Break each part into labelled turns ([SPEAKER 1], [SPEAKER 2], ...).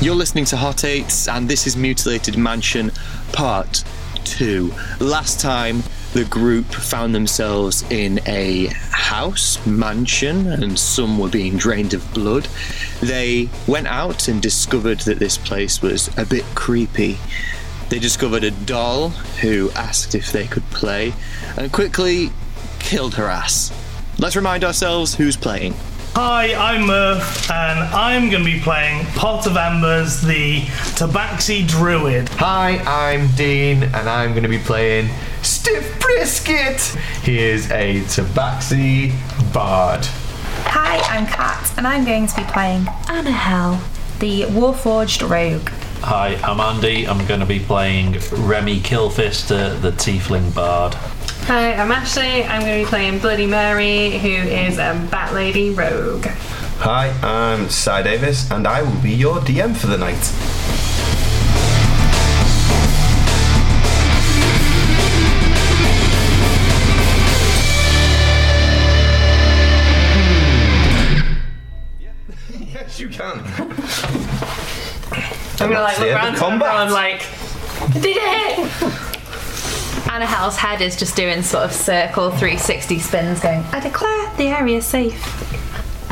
[SPEAKER 1] You're listening to Hot Eights, and this is Mutilated Mansion Part 2. Last time, the group found themselves in a house, mansion, and some were being drained of blood. They went out and discovered that this place was a bit creepy. They discovered a doll who asked if they could play and quickly killed her ass. Let's remind ourselves who's playing.
[SPEAKER 2] Hi, I'm Murph, and I'm going to be playing Pot of Embers, the Tabaxi Druid.
[SPEAKER 3] Hi, I'm Dean, and I'm going to be playing Stiff Brisket. He is a Tabaxi bard.
[SPEAKER 4] Hi, I'm Kat, and I'm going to be playing Anna Hell, the Warforged Rogue.
[SPEAKER 5] Hi, I'm Andy. I'm going to be playing Remy Kilfister, the Tiefling Bard.
[SPEAKER 6] Hi, I'm Ashley. I'm going to be playing Bloody Mary, who is a Bat Lady Rogue.
[SPEAKER 7] Hi, I'm Cy Davis, and I will be your DM for the night. Yes, you can.
[SPEAKER 6] I'm going to like
[SPEAKER 7] the
[SPEAKER 6] look
[SPEAKER 7] end
[SPEAKER 6] around
[SPEAKER 7] of
[SPEAKER 6] to
[SPEAKER 7] combat.
[SPEAKER 6] everyone like, I did it!
[SPEAKER 4] Anna Hell's head is just doing sort of circle 360 spins, going, I declare the area safe.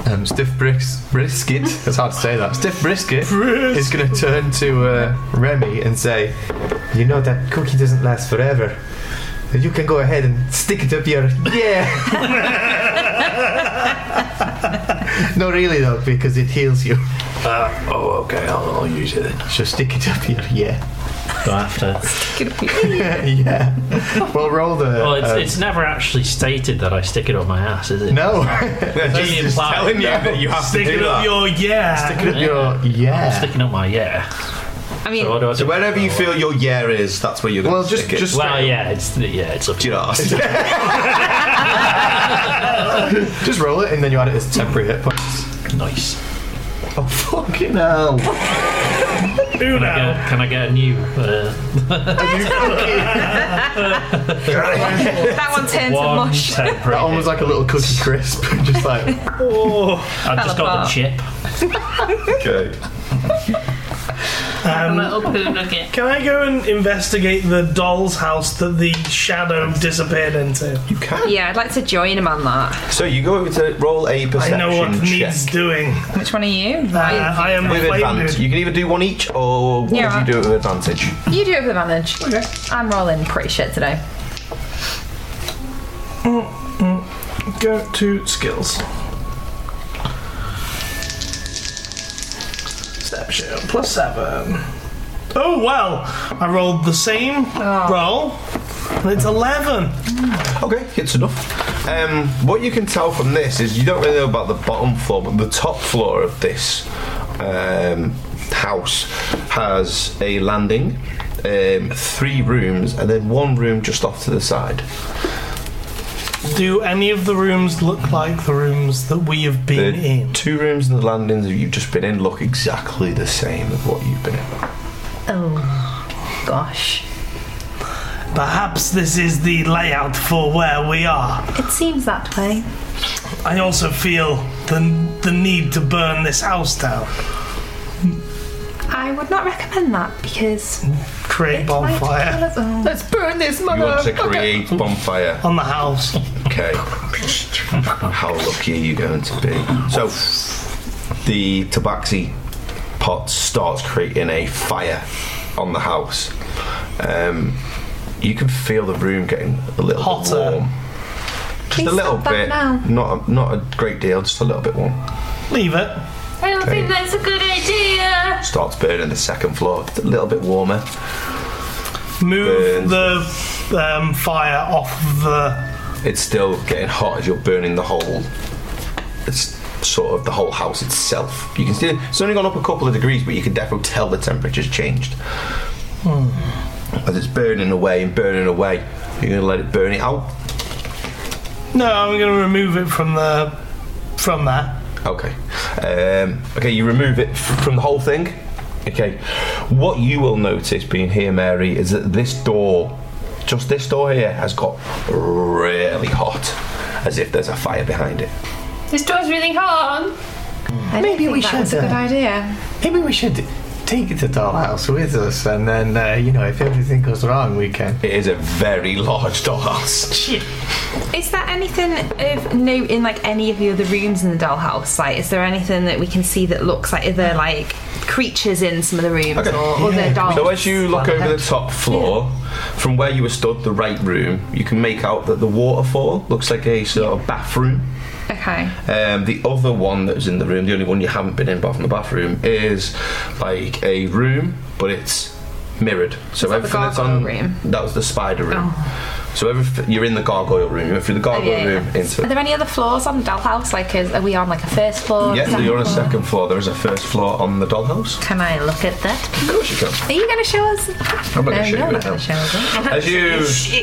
[SPEAKER 3] Um, Stiff Bris- Brisket. It's hard to say that. Stiff Brisket is going to turn to uh, Remy and say, "You know that cookie doesn't last forever. You can go ahead and stick it up your yeah." no, really though, because it heals you.
[SPEAKER 5] Uh, oh, okay, I'll, I'll use it then.
[SPEAKER 3] So stick it up your yeah,
[SPEAKER 5] Do I have to?
[SPEAKER 3] yeah. Well, roll the.
[SPEAKER 5] Well, it's,
[SPEAKER 3] um,
[SPEAKER 5] it's never actually stated that I stick it up my ass, is it?
[SPEAKER 3] no.
[SPEAKER 5] it's only implied.
[SPEAKER 7] Telling you that you have to
[SPEAKER 2] Stick it
[SPEAKER 7] do
[SPEAKER 2] up
[SPEAKER 7] that.
[SPEAKER 2] your yeah.
[SPEAKER 3] Stick it up your
[SPEAKER 5] I'm
[SPEAKER 3] yeah.
[SPEAKER 5] sticking up my yeah.
[SPEAKER 4] I mean,
[SPEAKER 5] So what do I do?
[SPEAKER 7] So wherever you feel your yeah is, that's where you're going
[SPEAKER 3] Well,
[SPEAKER 7] to
[SPEAKER 3] just
[SPEAKER 7] stick it.
[SPEAKER 3] just
[SPEAKER 5] Well, yeah, it's yeah, it's up to
[SPEAKER 7] Do your arse.
[SPEAKER 3] just roll it, and then you add it as temporary hit points.
[SPEAKER 5] Nice.
[SPEAKER 3] Oh fucking hell!
[SPEAKER 2] Who
[SPEAKER 5] Can I
[SPEAKER 2] now?
[SPEAKER 5] get, can I get a new uh,
[SPEAKER 4] that one turned to
[SPEAKER 5] one
[SPEAKER 4] mush.
[SPEAKER 5] temporary?
[SPEAKER 3] Almost like a little cookie crisp, just like.
[SPEAKER 2] Oh,
[SPEAKER 5] I've just got the chip.
[SPEAKER 7] okay.
[SPEAKER 6] I'm a little poo nugget.
[SPEAKER 2] can I go and investigate the doll's house that the shadow disappeared into?
[SPEAKER 7] You can.
[SPEAKER 4] Yeah, I'd like to join him on that.
[SPEAKER 7] So you go over to roll a perception
[SPEAKER 2] I know what
[SPEAKER 7] check.
[SPEAKER 2] needs doing.
[SPEAKER 4] Which one are you?
[SPEAKER 2] Uh, I am
[SPEAKER 7] With advantage.
[SPEAKER 2] flavored.
[SPEAKER 7] You can either do one each or what
[SPEAKER 4] Yeah.
[SPEAKER 7] do you do it with advantage?
[SPEAKER 4] You do it with advantage. Okay. I'm rolling pretty shit today.
[SPEAKER 2] Go to skills. Perception plus seven. Oh well, I rolled the same roll, and it's eleven.
[SPEAKER 7] Okay, it's enough. Um, what you can tell from this is you don't really know about the bottom floor, but the top floor of this um, house has a landing, um, three rooms, and then one room just off to the side.
[SPEAKER 2] Do any of the rooms look like the rooms that we have been
[SPEAKER 7] The
[SPEAKER 2] in?
[SPEAKER 7] two rooms and the landings that you've just been in look exactly the same as what you've been in.
[SPEAKER 4] Oh, gosh.
[SPEAKER 2] Perhaps this is the layout for where we are.
[SPEAKER 4] It seems that way.
[SPEAKER 2] I also feel the, the need to burn this house down.
[SPEAKER 4] I would not recommend that because.
[SPEAKER 2] Create bonfire
[SPEAKER 4] Let's burn this
[SPEAKER 7] You want to create bonfire.
[SPEAKER 2] on the house.
[SPEAKER 7] Okay. How lucky are you going to be? So, the tabaxi pot starts creating a fire on the house. Um, you can feel the room getting a little
[SPEAKER 2] Hotter.
[SPEAKER 7] bit warm. Just
[SPEAKER 4] Please
[SPEAKER 7] a little
[SPEAKER 4] stop that
[SPEAKER 7] bit.
[SPEAKER 4] now.
[SPEAKER 7] Not a, not a great deal, just a little bit warm.
[SPEAKER 2] Leave it.
[SPEAKER 6] I don't think that's a good idea.
[SPEAKER 7] Starts burning the second floor, just a little bit warmer.
[SPEAKER 2] Move the um, fire off of the.
[SPEAKER 7] It's still getting hot as you're burning the whole. It's sort of the whole house itself. You can see it's only gone up a couple of degrees, but you can definitely tell the temperature's changed. As it's burning away and burning away, you're gonna let it burn it out.
[SPEAKER 2] No, I'm going to remove it from the from there.
[SPEAKER 7] Okay. Um, okay, you remove it f- from the whole thing. Okay. What you will notice being here, Mary, is that this door, just this door here, has got really hot, as if there's a fire behind it.
[SPEAKER 6] This door's really hard.
[SPEAKER 4] Maybe we should. uh, That's a good idea.
[SPEAKER 3] Maybe we should take it to Dollhouse with us, and then uh, you know if everything goes wrong, we can.
[SPEAKER 7] It is a very large dollhouse.
[SPEAKER 4] Is there anything of note in like any of the other rooms in the dollhouse? Like, is there anything that we can see that looks like other like creatures in some of the rooms
[SPEAKER 7] Okay.
[SPEAKER 4] or other dolls?
[SPEAKER 7] So as you look
[SPEAKER 3] Well,
[SPEAKER 7] over the top floor, from where you were stood, the right room, you can make out that the waterfall looks like a sort of bathroom.
[SPEAKER 4] okay.
[SPEAKER 7] Um, the other one that was in the room, the only one you haven't been in apart from the bathroom, is like a room, but it's mirrored. So
[SPEAKER 4] that the
[SPEAKER 7] everything that's
[SPEAKER 4] gargoyle
[SPEAKER 7] on
[SPEAKER 4] room? Oh.
[SPEAKER 7] that was the spider room. So everything you're in the gargoyle room. You went through the gargoyle
[SPEAKER 4] yeah, yeah.
[SPEAKER 7] room into
[SPEAKER 4] Are there any other floors on the dollhouse? Like, is, are we on like a first floor?
[SPEAKER 7] yeah. So
[SPEAKER 4] second
[SPEAKER 7] you're on a
[SPEAKER 4] floor?
[SPEAKER 7] second floor. There is a first floor on the dollhouse.
[SPEAKER 4] Can I look at that?
[SPEAKER 7] Of course you can.
[SPEAKER 4] Are you going to show us?
[SPEAKER 7] I'm not
[SPEAKER 4] no,
[SPEAKER 7] gonna show you
[SPEAKER 4] you're
[SPEAKER 7] it
[SPEAKER 4] not going
[SPEAKER 7] now.
[SPEAKER 4] to show us. it.
[SPEAKER 7] As you,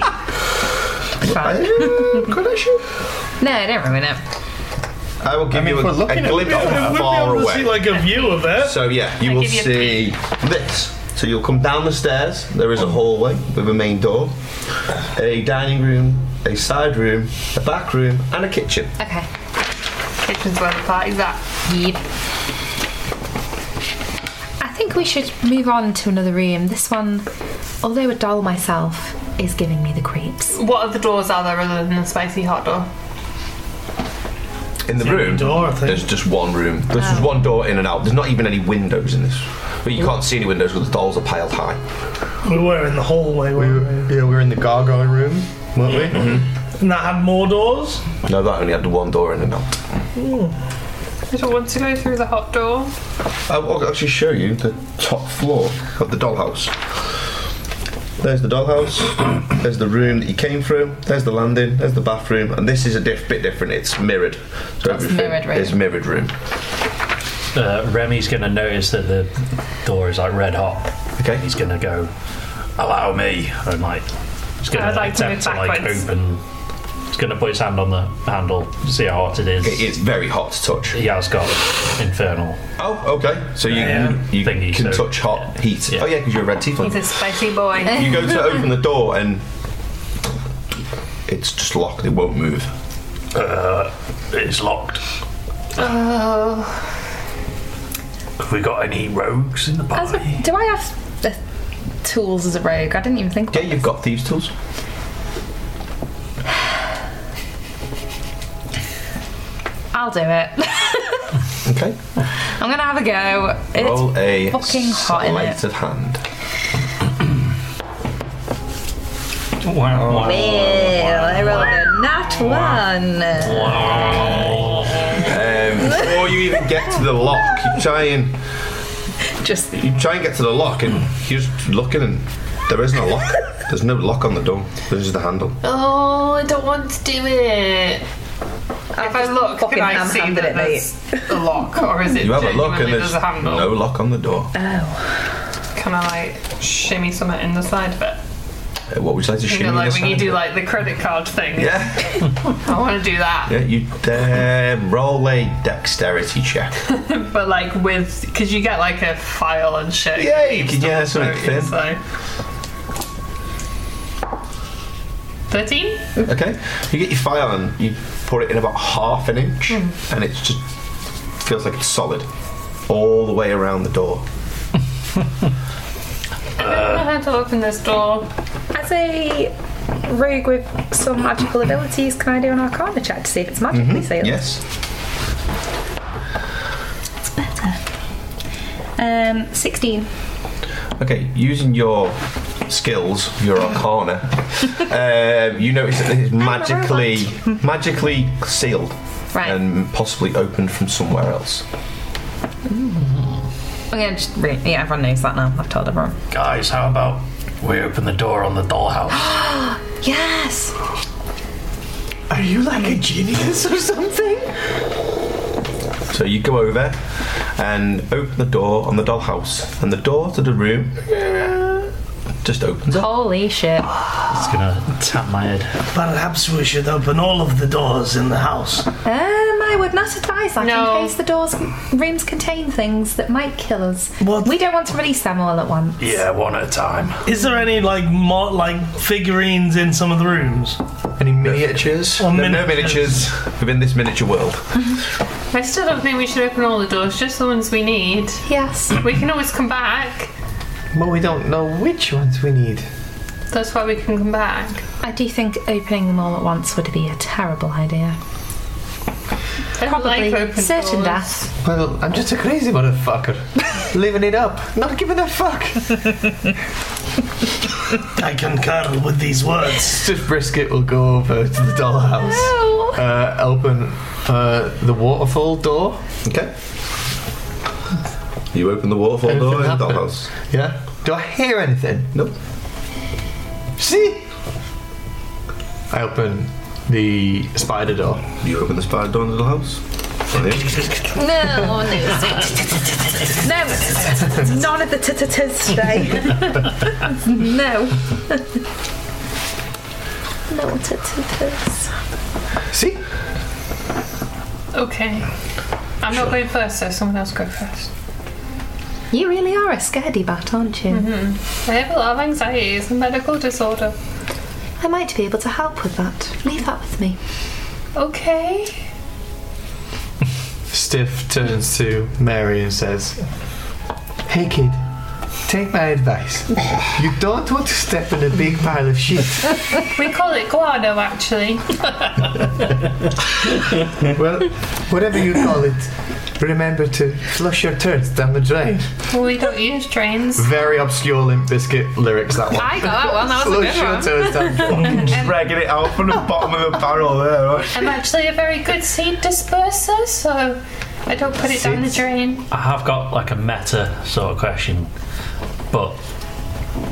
[SPEAKER 4] Fine.
[SPEAKER 7] I,
[SPEAKER 6] uh,
[SPEAKER 7] could I shoot?
[SPEAKER 4] no, I don't ruin it.
[SPEAKER 7] I will give
[SPEAKER 3] mean,
[SPEAKER 7] you
[SPEAKER 3] if we're
[SPEAKER 7] a,
[SPEAKER 3] looking
[SPEAKER 7] a
[SPEAKER 3] at
[SPEAKER 7] glimpse
[SPEAKER 2] Yeah,
[SPEAKER 7] from
[SPEAKER 2] we would
[SPEAKER 7] far
[SPEAKER 2] be able to see
[SPEAKER 7] away.
[SPEAKER 2] like a view of it.
[SPEAKER 7] So yeah, you
[SPEAKER 6] I'll
[SPEAKER 7] will
[SPEAKER 6] give you a
[SPEAKER 7] see this. So you'll come down the stairs. There is a hallway with a main door, a dining room, a side room, a back room, and a kitchen.
[SPEAKER 4] Okay.
[SPEAKER 6] Kitchen's where the party's at.
[SPEAKER 4] Yep. I think we should move on to another room. This one, although a doll myself, is giving me the creeps.
[SPEAKER 6] What other doors are there other than the spicy hot door?
[SPEAKER 7] In the room,
[SPEAKER 2] door, I think.
[SPEAKER 7] there's just one room. There's
[SPEAKER 6] Oh.
[SPEAKER 7] just one door in and out. There's not even any windows in this. But you can't see any windows because the dolls are piled high.
[SPEAKER 2] We were in the hallway,
[SPEAKER 3] We
[SPEAKER 2] weren't
[SPEAKER 3] were, yeah, we were in the gargoyle room, weren't we?
[SPEAKER 7] Mm-hmm.
[SPEAKER 2] we? And that had more doors.
[SPEAKER 7] No, that only had the one door in and out.
[SPEAKER 6] I don't want to go through the hot door.
[SPEAKER 7] I will actually show you the top floor of the dollhouse. There's the dollhouse. There's the room that you came through. There's the landing. There's the bathroom, and this is a diff- bit different. It's mirrored, so everything
[SPEAKER 4] mirrored room.
[SPEAKER 7] is mirrored room.
[SPEAKER 5] Uh, Remy's going to notice that the door is like red hot.
[SPEAKER 7] Okay.
[SPEAKER 5] He's going to go, allow me, and like he's going
[SPEAKER 6] I'd like to
[SPEAKER 5] attempt to,
[SPEAKER 6] move
[SPEAKER 5] like
[SPEAKER 6] backwards.
[SPEAKER 5] open. He's going to put his hand on the handle, see how hot it is.
[SPEAKER 7] It is very hot to touch.
[SPEAKER 5] He has got infernal.
[SPEAKER 7] Oh, okay. So you
[SPEAKER 5] Yeah.
[SPEAKER 7] you
[SPEAKER 5] Thingy,
[SPEAKER 7] can
[SPEAKER 5] so-
[SPEAKER 7] touch hot heat.
[SPEAKER 5] Yeah.
[SPEAKER 7] Oh yeah, because you're a red
[SPEAKER 6] He's
[SPEAKER 7] tiefling.
[SPEAKER 6] a spicy boy.
[SPEAKER 7] you go to open the door and it's just locked. It won't move.
[SPEAKER 5] It's locked.
[SPEAKER 6] oh.
[SPEAKER 5] Have we got any rogues in the
[SPEAKER 4] As a-
[SPEAKER 5] party?
[SPEAKER 4] do I have the tools as a rogue? I didn't even think.
[SPEAKER 7] Yeah, you've got thieves' tools.
[SPEAKER 4] I'll do it.
[SPEAKER 7] Okay.
[SPEAKER 4] I'm gonna have a go. It's
[SPEAKER 7] Roll a
[SPEAKER 4] fucking hot in
[SPEAKER 7] sleight
[SPEAKER 4] it.
[SPEAKER 7] of hand.
[SPEAKER 5] Wow.
[SPEAKER 4] Well, I rolled a nat one.
[SPEAKER 7] Um, before you even get to the lock, you try and
[SPEAKER 4] Just
[SPEAKER 7] you try and get to the lock, and you're just looking, and there isn't a lock. There's no lock on the door. There's just a handle.
[SPEAKER 6] oh, I don't want to do it. If I look,
[SPEAKER 4] fucking
[SPEAKER 6] can I see
[SPEAKER 4] ham-handed
[SPEAKER 6] that
[SPEAKER 4] it, mate.
[SPEAKER 6] there's a lock, or is it
[SPEAKER 7] You have a look, and
[SPEAKER 6] genuinely
[SPEAKER 7] there's
[SPEAKER 6] there's a handle?
[SPEAKER 7] no lock on the door. Uh,
[SPEAKER 6] Can I like shimmy something in the side of it?
[SPEAKER 7] Uh, what would you like to
[SPEAKER 6] You
[SPEAKER 7] shimmy?
[SPEAKER 6] know, like
[SPEAKER 7] this
[SPEAKER 6] when you
[SPEAKER 7] hand?
[SPEAKER 6] do like the credit card thing.
[SPEAKER 7] yeah,
[SPEAKER 6] I want to do that,
[SPEAKER 7] yeah. You um, roll a dexterity check.
[SPEAKER 6] but like with because you get like a file and shit.
[SPEAKER 7] Yeah, you can yeah,
[SPEAKER 6] So,
[SPEAKER 7] something thin.
[SPEAKER 6] so. Thirteen.
[SPEAKER 7] Okay, you get your file and you put it in about half an inch, and it's just feels like it's solid all the way around the door.
[SPEAKER 6] I don't
[SPEAKER 3] Uh.
[SPEAKER 6] know how to open this door.
[SPEAKER 4] as a rogue with some magical abilities, can I do an Arcana check to see if it's magically sealed?
[SPEAKER 7] Yes.
[SPEAKER 4] It's better. Um, sixteen.
[SPEAKER 7] Okay, using your skills, your arcana, um, you notice that it's magically, magically sealed,
[SPEAKER 4] Right.
[SPEAKER 7] and possibly opened from somewhere else.
[SPEAKER 4] I'm gonna just re- yeah, everyone knows that now. I've told everyone.
[SPEAKER 5] Guys, how about we open the door on the dollhouse?
[SPEAKER 4] Yes.
[SPEAKER 3] Are you like a genius or something?
[SPEAKER 7] So you go over and open the door on the dollhouse, and the door to the room just opens up.
[SPEAKER 4] Holy shit.
[SPEAKER 5] It's gonna tap my head.
[SPEAKER 2] Perhaps we should open all of the doors in the house.
[SPEAKER 4] Um, I would not advise that
[SPEAKER 6] No.
[SPEAKER 4] in case the doors rooms contain things that might kill us.
[SPEAKER 2] What?
[SPEAKER 4] We don't want to release them all at once.
[SPEAKER 5] Yeah, one at a time.
[SPEAKER 2] Is there any like mo- like figurines in some of the rooms?
[SPEAKER 7] Any miniatures?
[SPEAKER 2] Or
[SPEAKER 7] no, no
[SPEAKER 2] miniatures.
[SPEAKER 7] miniatures within this miniature world.
[SPEAKER 6] I still don't think we should open all the doors, just the ones we need.
[SPEAKER 4] Yes.
[SPEAKER 6] We can always come back.
[SPEAKER 3] But we don't know which ones we need.
[SPEAKER 6] That's why we can come back.
[SPEAKER 4] I do think opening them all at once would be a terrible idea.
[SPEAKER 6] I don't
[SPEAKER 4] Probably
[SPEAKER 6] like open
[SPEAKER 4] certain
[SPEAKER 6] doors.
[SPEAKER 4] death.
[SPEAKER 3] Well, I'm just a crazy motherfucker. Living it up, not giving a fuck.
[SPEAKER 2] I concur with these words.
[SPEAKER 3] Stiff Brisket will go over to the dollhouse,
[SPEAKER 4] Oh.
[SPEAKER 3] uh, open uh, the waterfall door.
[SPEAKER 7] Okay. You open the waterfall
[SPEAKER 3] Anything
[SPEAKER 7] door in the
[SPEAKER 3] happen?
[SPEAKER 7] dollhouse.
[SPEAKER 3] Yeah. Do I hear anything?
[SPEAKER 7] Nope.
[SPEAKER 3] See? I open the spider door.
[SPEAKER 7] You open the spider door in the dollhouse. Brilliant.
[SPEAKER 4] No, no. no. None of the t-t-ts today. no. No t-t-ts.
[SPEAKER 3] See?
[SPEAKER 6] Okay. I'm not going first, so someone else go first.
[SPEAKER 4] You really are a scaredy bat, aren't you?
[SPEAKER 6] I have a lot of anxiety. It's a medical disorder.
[SPEAKER 4] I might be able to help with that. Leave that with me.
[SPEAKER 6] Okay.
[SPEAKER 3] Stiff turns to Mary and says, Hey kid, take my advice. You don't want to step in a big pile of shit.
[SPEAKER 6] We call it guano, actually.
[SPEAKER 3] Well, whatever you call it, remember to flush your turds down the drain.
[SPEAKER 6] we don't use trains.
[SPEAKER 3] Very obscure Limp Biscuit lyrics, that one.
[SPEAKER 6] I got that one. That was a
[SPEAKER 3] Flush
[SPEAKER 6] good
[SPEAKER 3] your
[SPEAKER 6] one.
[SPEAKER 3] turds down the drain.
[SPEAKER 7] Dragging it out from the bottom of the barrel there, right?
[SPEAKER 6] I'm actually a very good seed disperser, so I don't put it down the
[SPEAKER 3] Seeds.
[SPEAKER 6] drain.
[SPEAKER 5] I have got like a meta sort of question, but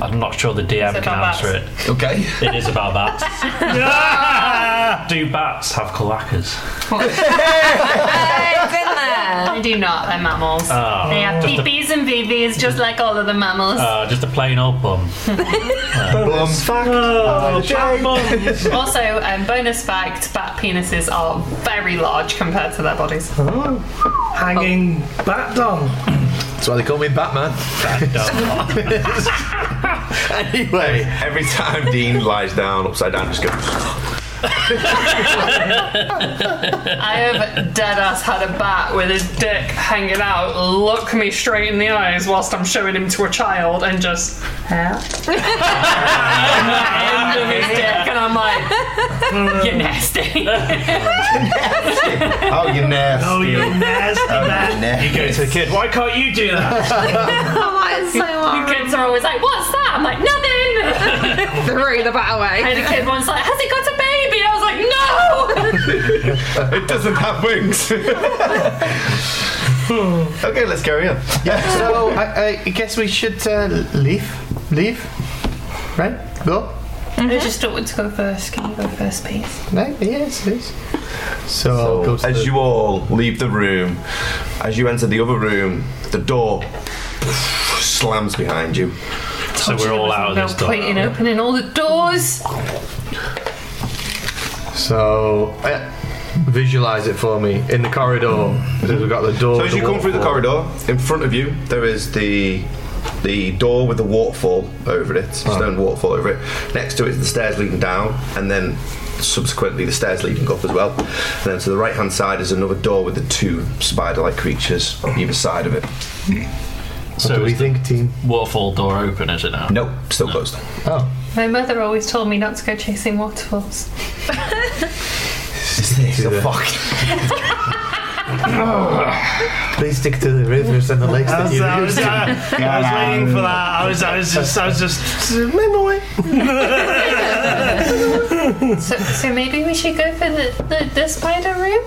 [SPEAKER 5] I'm not sure the DM
[SPEAKER 6] Is it
[SPEAKER 5] can
[SPEAKER 6] about
[SPEAKER 5] answer it.
[SPEAKER 7] Okay.
[SPEAKER 5] It is about bats. Do bats have cloacas?
[SPEAKER 6] I do not. They're mammals.
[SPEAKER 5] Oh.
[SPEAKER 6] they have peepees and BBs, just like all other mammals.
[SPEAKER 5] Uh, just a plain old bum.
[SPEAKER 7] Um,
[SPEAKER 3] Blum.
[SPEAKER 2] Oh,
[SPEAKER 3] Jake.
[SPEAKER 2] bum.
[SPEAKER 5] Oh.
[SPEAKER 6] also, um, bonus fact: bat penises are very large compared to their bodies.
[SPEAKER 2] hanging bat dong.
[SPEAKER 3] That's why they call me Batman. anyway,
[SPEAKER 7] Every time Dean lies down upside down, just goes.
[SPEAKER 6] I have dead ass had a bat with his dick hanging out, look me straight in the eyes whilst I'm showing him to a child, and just "Huh?" And the end of his dick, and I'm like, "Mm, you're nasty.
[SPEAKER 7] Oh, you nasty.
[SPEAKER 2] Oh, you nasty bat.
[SPEAKER 5] You go to the kid, why can't you do that?
[SPEAKER 4] Oh,
[SPEAKER 6] Kids are always like, what's that? I'm like, nothing.
[SPEAKER 4] Threw the bat away.
[SPEAKER 6] I had a kid once like, has it got a baby? I was like, no.
[SPEAKER 7] It doesn't have wings. okay, let's carry on.
[SPEAKER 3] so I, I guess we should uh, leave. Leave? Right? Go?
[SPEAKER 6] I just don't want to go first. Can you go first, please?
[SPEAKER 3] Right? Yes, yes. So,
[SPEAKER 7] So,
[SPEAKER 3] goes to
[SPEAKER 7] as
[SPEAKER 3] the-
[SPEAKER 7] you all leave the room, as you enter the other room, the door slams behind you.
[SPEAKER 5] so we're all out of
[SPEAKER 6] no
[SPEAKER 5] this
[SPEAKER 6] point in
[SPEAKER 5] door.
[SPEAKER 6] opening all the doors.
[SPEAKER 3] So, uh, visualize it for me in the corridor. So We've got the door.
[SPEAKER 7] So as
[SPEAKER 3] the
[SPEAKER 7] you come through the
[SPEAKER 3] waterfall.
[SPEAKER 7] corridor, in front of you there is the the door with the waterfall over it, stone waterfall over it. Next to it is the stairs leading down, and then subsequently the stairs leading up as well. And then to the right hand side is another door with the two spider-like creatures on either side of it.
[SPEAKER 3] What do
[SPEAKER 5] So
[SPEAKER 3] we
[SPEAKER 5] is the
[SPEAKER 3] think, team?
[SPEAKER 5] waterfall door open, is it now?
[SPEAKER 7] Nope, still closed.
[SPEAKER 3] Oh,
[SPEAKER 6] My mother always told me not to go chasing waterfalls.
[SPEAKER 7] It's a
[SPEAKER 3] the-
[SPEAKER 7] fuck.
[SPEAKER 3] please stick to the rivers and the lakes
[SPEAKER 2] I
[SPEAKER 3] that
[SPEAKER 2] was, uh,
[SPEAKER 3] you
[SPEAKER 2] I
[SPEAKER 3] use.
[SPEAKER 2] was, I was waiting for that. I was, I was just, I was just. Memory.
[SPEAKER 6] So, so maybe we should go for the, the, the spider room?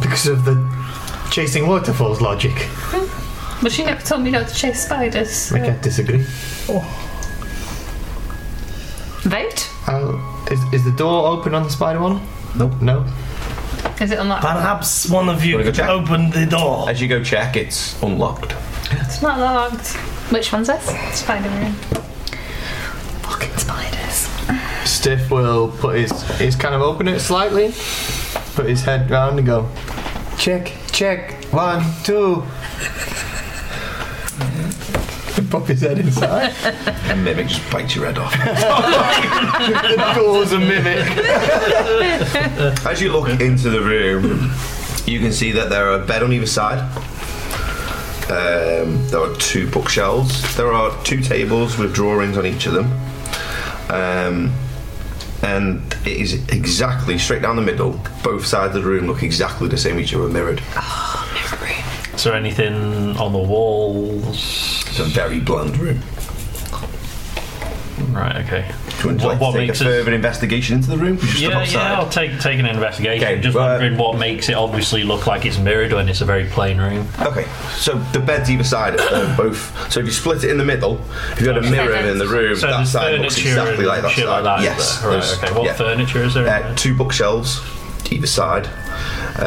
[SPEAKER 3] Because of the chasing waterfalls logic.
[SPEAKER 6] But she never told me not to chase spiders. so-
[SPEAKER 3] I can't disagree.
[SPEAKER 4] Vote?
[SPEAKER 3] Oh, is, is the door open on the spider one?
[SPEAKER 7] Nope.
[SPEAKER 3] No?
[SPEAKER 6] Is it unlocked?
[SPEAKER 2] Perhaps one of you
[SPEAKER 7] Wanna go
[SPEAKER 2] could
[SPEAKER 7] check?
[SPEAKER 2] open the door.
[SPEAKER 7] As you go check, it's unlocked.
[SPEAKER 6] It's not locked.
[SPEAKER 4] Which one's this?
[SPEAKER 6] Spider room.
[SPEAKER 3] Stiff will put his he's kind of open it slightly, put his head round and go, check, check, one, two. And pop his head inside.
[SPEAKER 7] And mimic just bites your head off.
[SPEAKER 3] the door's a mimic.
[SPEAKER 7] As you look into the room, you can see that there are a bed on either side. Um, there are two bookshelves. There are two tables with drawings on each of them. Um, and it is exactly straight down the middle. Both sides of the room look exactly the same, each other mirrored.
[SPEAKER 5] Is there anything on the walls?
[SPEAKER 7] It's a very bland room.
[SPEAKER 5] Right, okay.
[SPEAKER 7] Do you want to
[SPEAKER 5] What-
[SPEAKER 7] like,
[SPEAKER 5] what
[SPEAKER 7] take a
[SPEAKER 5] makes us-
[SPEAKER 7] further investigation into the room? We should step
[SPEAKER 5] Yeah,
[SPEAKER 7] outside.
[SPEAKER 5] yeah, I'll take, take an investigation.
[SPEAKER 7] Okay,
[SPEAKER 5] Just
[SPEAKER 7] but-
[SPEAKER 5] wondering what makes it obviously look like it's mirrored when it's a very plain room.
[SPEAKER 7] Okay, so the beds either side are both. So if you split it in the middle, if you had a mirror in the room,
[SPEAKER 5] So
[SPEAKER 7] that
[SPEAKER 5] there's
[SPEAKER 7] side
[SPEAKER 5] furniture
[SPEAKER 7] looks exactly
[SPEAKER 5] and
[SPEAKER 7] like that
[SPEAKER 5] shit
[SPEAKER 7] side.
[SPEAKER 5] like that.
[SPEAKER 7] yes,
[SPEAKER 5] is there? Right,
[SPEAKER 7] there's-
[SPEAKER 5] okay. What
[SPEAKER 7] yeah.
[SPEAKER 5] furniture is there? in
[SPEAKER 7] Uh,
[SPEAKER 5] there?
[SPEAKER 7] two bookshelves either side, um,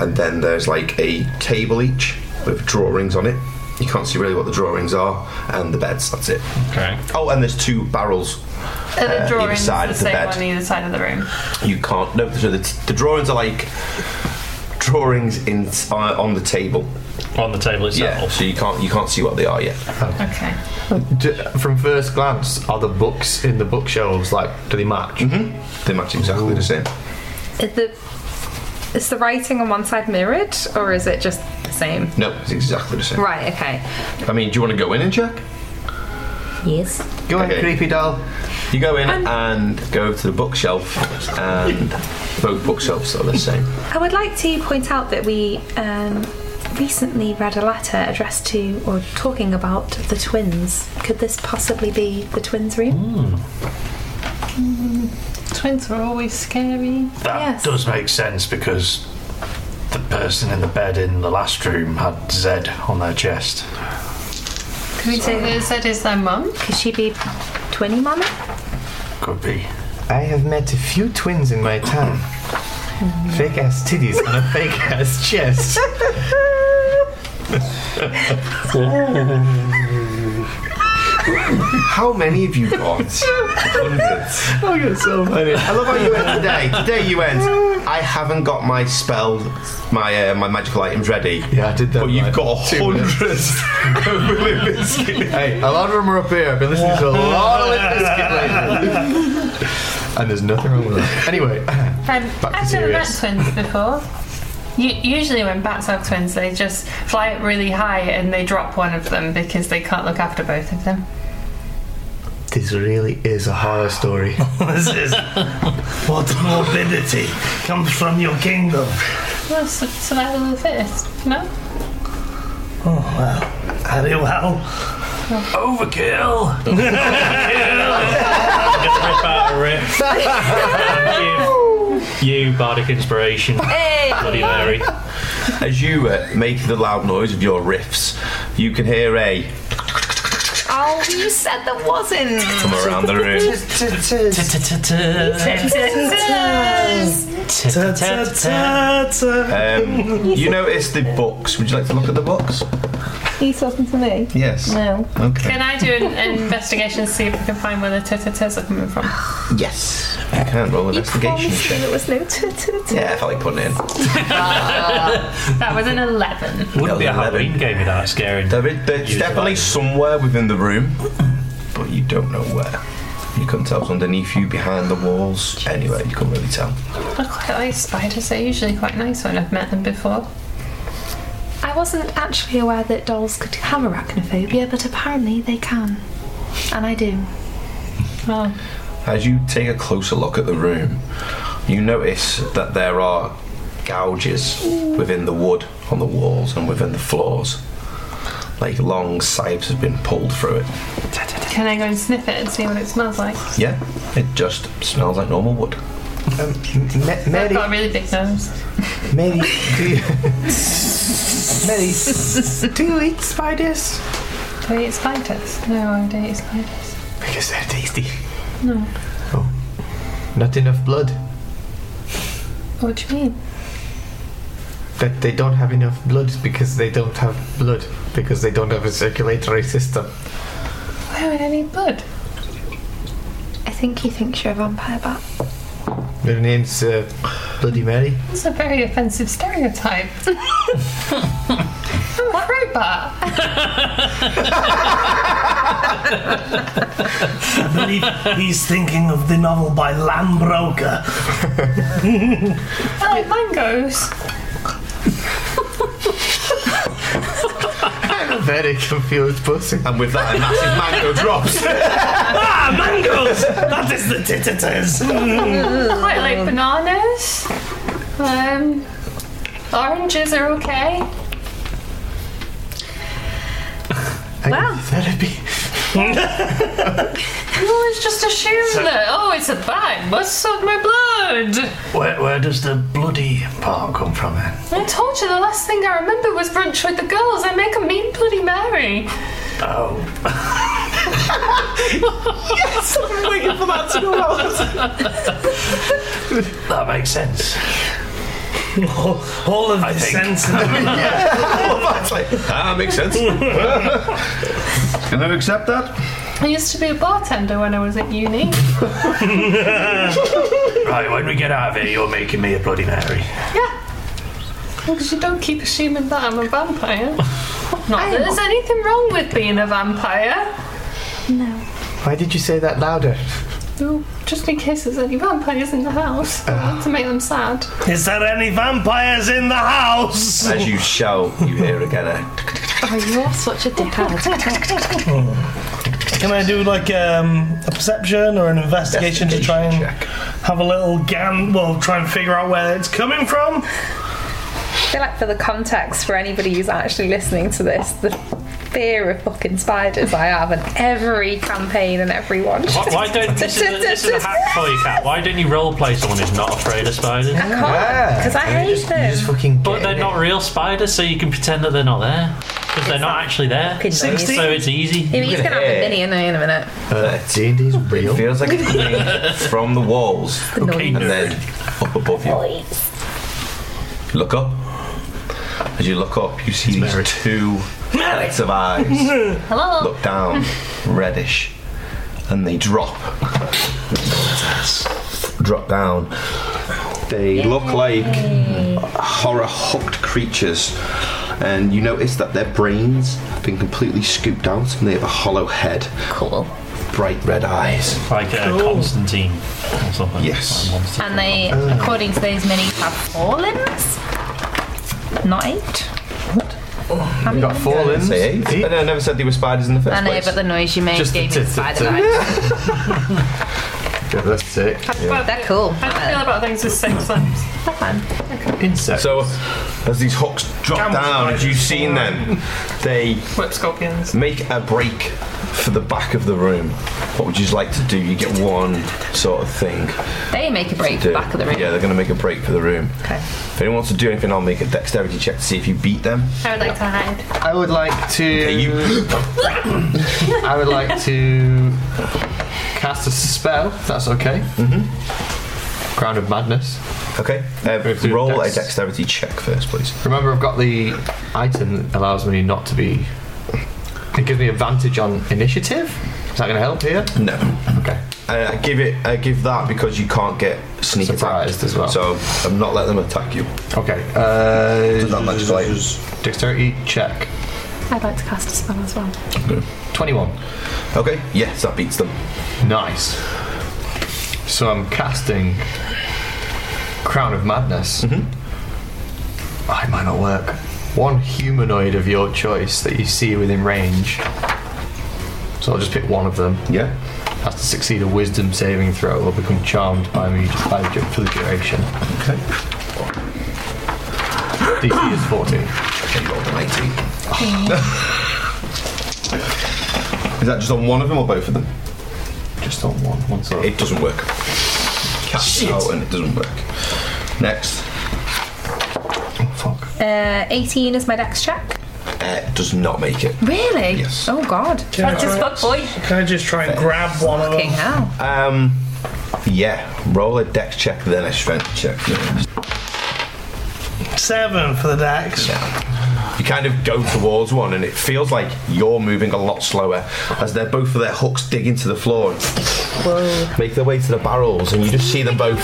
[SPEAKER 7] and then there's like a table each with drawings on it. You can't see really what the drawings are, and the beds. That's it.
[SPEAKER 5] okay.
[SPEAKER 7] Oh, and there's two barrels. uh,
[SPEAKER 6] Are Uh, the
[SPEAKER 7] either
[SPEAKER 6] drawings
[SPEAKER 7] side
[SPEAKER 6] the
[SPEAKER 7] of the
[SPEAKER 6] same
[SPEAKER 7] bed.
[SPEAKER 6] on either side of the room?
[SPEAKER 7] You can't. No, so the, the drawings are like drawings in uh, on the table.
[SPEAKER 5] On the table
[SPEAKER 7] Yeah.
[SPEAKER 5] itself.
[SPEAKER 7] So you can't you can't see what they are yet.
[SPEAKER 6] Okay.
[SPEAKER 3] D- From first glance, are the books in the bookshelves like do they match?
[SPEAKER 7] They match exactly the same.
[SPEAKER 4] Is the is the writing on one side mirrored, or is it just the same?
[SPEAKER 7] No, it's exactly the same.
[SPEAKER 4] Right. Okay.
[SPEAKER 7] I mean, do you want to go in and check?
[SPEAKER 4] Yes.
[SPEAKER 3] Go ahead,
[SPEAKER 7] Okay.
[SPEAKER 3] creepy doll.
[SPEAKER 7] You go in and go to the bookshelf, and both bookshelves are the same.
[SPEAKER 4] I would like to point out that we um, recently read a letter addressed to or talking about the twins. Could this possibly be the twins'
[SPEAKER 7] Hmm?
[SPEAKER 4] room?
[SPEAKER 6] Twins are always scary.
[SPEAKER 8] That
[SPEAKER 4] Yes.
[SPEAKER 8] does make sense because the person in the bed in the last room had Z on their chest.
[SPEAKER 6] Could we say that said is their mum?
[SPEAKER 4] Could she be twinny mama?
[SPEAKER 8] Could be.
[SPEAKER 3] I have met a few twins in my time. fake ass titties and a fake ass chest.
[SPEAKER 7] How many of you got? Hundreds.
[SPEAKER 3] I got so many.
[SPEAKER 7] I love how you went today. Today you went. I haven't got my spell, my uh, my magical items ready.
[SPEAKER 3] Yeah, I did that.
[SPEAKER 7] But you've
[SPEAKER 3] right.
[SPEAKER 7] got a
[SPEAKER 3] Two minutes.
[SPEAKER 7] hundred.
[SPEAKER 3] Hey, a lot of them are up here. I've been listening to a lot of Limp Bizkit lately. And there's nothing wrong with that. Anyway,
[SPEAKER 6] Um,
[SPEAKER 3] Back to
[SPEAKER 6] I've never met
[SPEAKER 3] serious.
[SPEAKER 6] twins before. U- usually, when bats have twins, they just fly up really high and they drop one of them because they can't look after both of them.
[SPEAKER 3] this really is a horror story.
[SPEAKER 2] This is what morbidity comes from your kingdom.
[SPEAKER 6] Well, su- survival of the fittest, no?
[SPEAKER 2] Very well.
[SPEAKER 5] Overkill! Just rip out a rip. Thank you. You, Bardic Inspiration. Bloody Larry.
[SPEAKER 7] As you uh, make the loud noise of your riffs, you can hear a
[SPEAKER 4] Oh, you said there wasn't.
[SPEAKER 7] from around the room.
[SPEAKER 2] Ta-ta-ta.
[SPEAKER 7] Um, you notice the books. Would you like to look at the books?
[SPEAKER 4] He's talking to me.
[SPEAKER 7] Yes.
[SPEAKER 4] No.
[SPEAKER 7] Okay.
[SPEAKER 6] Can I do an, an investigation to see if we can find where the tittas are coming from?
[SPEAKER 7] Yes. You can roll an investigation
[SPEAKER 4] Promised me
[SPEAKER 7] check.
[SPEAKER 4] there was no tut-tut.
[SPEAKER 7] Yeah, I felt like putting it in.
[SPEAKER 6] That was an 11.
[SPEAKER 5] Wouldn't be a
[SPEAKER 7] Eleven.
[SPEAKER 5] Halloween game without scaring.
[SPEAKER 7] There is, there's
[SPEAKER 5] Use
[SPEAKER 7] definitely
[SPEAKER 5] that.
[SPEAKER 7] somewhere within the room, but you don't know where. You couldn't tell. It's underneath you, behind the walls, anywhere. You couldn't really tell.
[SPEAKER 6] I quite like spiders, they're usually quite nice when I've met them before.
[SPEAKER 4] I wasn't actually aware that dolls could have arachnophobia, but apparently they can. And I do.
[SPEAKER 6] Oh.
[SPEAKER 7] As you take a closer look at the room, you notice that there are gouges within the wood on the walls and within the floors. Like long scythes have been pulled through it.
[SPEAKER 6] Can I go and sniff it and see what it smells like?
[SPEAKER 7] Yeah, it just smells like normal wood.
[SPEAKER 3] Um, Ma-
[SPEAKER 6] I've
[SPEAKER 3] Mary,
[SPEAKER 6] got a really big nose.
[SPEAKER 3] Mary, do you, Mary, do you eat spiders?
[SPEAKER 6] Do I eat spiders? No, I don't eat spiders.
[SPEAKER 3] Because they're tasty. No. Oh, not enough blood.
[SPEAKER 6] What do you mean?
[SPEAKER 3] That they don't have enough blood because they don't have blood because they don't have a circulatory system.
[SPEAKER 6] Why would I need blood?
[SPEAKER 9] I think he thinks you're a vampire bat.
[SPEAKER 3] Her name's uh, Bloody Mary.
[SPEAKER 6] It's a very offensive stereotype. I'm a fruit bat.
[SPEAKER 2] I believe he's thinking of the novel by Lambroker.
[SPEAKER 6] I like mangoes.
[SPEAKER 3] I'm a very confused person.
[SPEAKER 7] And with that, a massive mango drops.
[SPEAKER 2] Ah, mangoes! That is the tittaters.
[SPEAKER 6] I
[SPEAKER 4] Mm-hmm.
[SPEAKER 6] quite like bananas. Um, oranges are okay.
[SPEAKER 3] I wow. Therapy.
[SPEAKER 6] You always just assume that, oh, it's a bag, must suck my blood.
[SPEAKER 8] Where, where does the bloody part come from then?
[SPEAKER 6] I told you the last thing I remember was brunch with the girls. I make a mean Bloody Mary.
[SPEAKER 8] Oh,
[SPEAKER 2] Waiting for that to go out.
[SPEAKER 8] that makes sense.
[SPEAKER 2] All, all of the
[SPEAKER 8] think.
[SPEAKER 2] sense of
[SPEAKER 7] That's like, ah, makes sense. Can I accept that?
[SPEAKER 6] I used to be a bartender when I was at uni.
[SPEAKER 8] Right, when we get out of here, you're making me a Bloody Mary.
[SPEAKER 6] Yeah. Because you don't keep assuming that I'm a vampire. Not that there's anything wrong with being a vampire.
[SPEAKER 3] Why did you say that louder?
[SPEAKER 6] No, just in case there's any vampires in the house. I want to make them sad.
[SPEAKER 2] Is there any vampires in the house?
[SPEAKER 7] As you shout, you hear again a
[SPEAKER 9] Oh, you are such a dickhead.
[SPEAKER 2] Can I do like um, a perception or an investigation to try and
[SPEAKER 7] check.
[SPEAKER 2] have a little gan? Well, try and figure out where it's coming from.
[SPEAKER 4] I feel like for the context for anybody who's actually listening to this, the fear of fucking spiders I have in every campaign and everyone.
[SPEAKER 5] Why, why don't this is, a, this is a hack for you, Cat? Why don't you roleplay someone who's not afraid of spiders?
[SPEAKER 4] I can't because I hate them.
[SPEAKER 3] Just fucking.
[SPEAKER 5] But
[SPEAKER 3] get
[SPEAKER 5] they're
[SPEAKER 3] it.
[SPEAKER 5] not real spiders, so you can pretend that they're not there because they're not actually there.
[SPEAKER 4] Fucking
[SPEAKER 5] So
[SPEAKER 4] noise.
[SPEAKER 5] it's easy.
[SPEAKER 4] He's gonna have a
[SPEAKER 7] Hey.
[SPEAKER 4] mini in a minute.
[SPEAKER 3] Uh, D&D's real.
[SPEAKER 7] feels like it's coming from the walls
[SPEAKER 5] Okay,
[SPEAKER 7] and
[SPEAKER 5] nerd.
[SPEAKER 7] then up above you. Look up. As you look up, you see these two sets of eyes
[SPEAKER 6] Hello.
[SPEAKER 7] look down, reddish, and they drop. Drop down. They look like horror hooked creatures, and you notice that their brains have been completely scooped out and they have a hollow head. Cool. Bright red eyes.
[SPEAKER 5] Like uh, Constantine or something.
[SPEAKER 7] Yes.
[SPEAKER 5] Like monster.
[SPEAKER 9] and they,
[SPEAKER 5] Oh.
[SPEAKER 9] according to those minis, have four limbs. Not eight.
[SPEAKER 5] Oh,
[SPEAKER 3] You've got four limbs.
[SPEAKER 7] Say eight.
[SPEAKER 3] Eight.
[SPEAKER 7] And I never said there were spiders in the first
[SPEAKER 9] I know,
[SPEAKER 7] place.
[SPEAKER 9] but the noise you made
[SPEAKER 3] Just
[SPEAKER 9] gave me
[SPEAKER 3] the
[SPEAKER 9] the
[SPEAKER 3] tit-
[SPEAKER 9] spider
[SPEAKER 3] tit-
[SPEAKER 9] vibes.
[SPEAKER 3] Yeah, that's it.
[SPEAKER 9] They're cool.
[SPEAKER 6] How do you feel about things with six limbs?
[SPEAKER 9] They're fine.
[SPEAKER 3] Insect.
[SPEAKER 7] So, as these hooks drop down, as you've seen them, they
[SPEAKER 6] Whip scorpions.
[SPEAKER 7] make a break for the back of the room. What would you like to do? You get one sort of thing.
[SPEAKER 9] They make a break for
[SPEAKER 7] to-
[SPEAKER 9] the back of the room.
[SPEAKER 7] Yeah, they're going to make a break for the room.
[SPEAKER 9] Okay.
[SPEAKER 7] If anyone wants to do anything, I'll make a dexterity check to see if you beat them.
[SPEAKER 6] I would like to hide.
[SPEAKER 3] I would like to.
[SPEAKER 7] Okay, you
[SPEAKER 3] I would like to cast a spell. if That's okay. Mm-hmm. Ground of Madness.
[SPEAKER 7] okay?
[SPEAKER 3] do
[SPEAKER 7] Uh, roll
[SPEAKER 3] dex.
[SPEAKER 7] a dexterity check first, please.
[SPEAKER 3] Remember, I've got the item that allows me not to be. It gives me advantage on initiative. Is that going to help here?
[SPEAKER 7] No, Uh,
[SPEAKER 3] Okay.
[SPEAKER 7] I, I give it. I give that because you can't get sneak
[SPEAKER 3] Surprised
[SPEAKER 7] attacked.
[SPEAKER 3] as well.
[SPEAKER 7] So I'm not letting them attack you.
[SPEAKER 3] Okay. Uh,
[SPEAKER 7] Does that much light?
[SPEAKER 3] dexterity check.
[SPEAKER 9] I'd like to cast a spell as well.
[SPEAKER 3] 21.
[SPEAKER 7] Okay, yes, that beats them.
[SPEAKER 3] Nice. So I'm casting Crown of Madness. Mm-hmm. I might not work. One humanoid of your choice that you see within range. So I'll just pick one of them.
[SPEAKER 7] Yeah.
[SPEAKER 3] Has to succeed a wisdom saving throw or become charmed by me just by the, du- for the duration.
[SPEAKER 7] Okay.
[SPEAKER 3] DC is 14.
[SPEAKER 7] Okay, you rolled an 18. Is that just on one of them or both of them?
[SPEAKER 3] Just on one. One sort
[SPEAKER 7] It doesn't work. Cast out and it doesn't work. Next. Oh,
[SPEAKER 3] fuck.
[SPEAKER 4] Uh, 18 is my dex check.
[SPEAKER 7] Uh, does not make it.
[SPEAKER 4] Really?
[SPEAKER 7] Yes.
[SPEAKER 4] Oh god.
[SPEAKER 2] That's his
[SPEAKER 4] fuck boy.
[SPEAKER 2] Can I just try and grab one of
[SPEAKER 4] Fucking
[SPEAKER 2] them?
[SPEAKER 4] hell.
[SPEAKER 7] Um, yeah, roll a dex check, then a strength check.
[SPEAKER 2] Seven for the dex.
[SPEAKER 7] Yeah. You kind of go towards one, and it feels like you're moving a lot slower as they're both of their hooks dig into the floor, make their way to the barrels, and you just see them both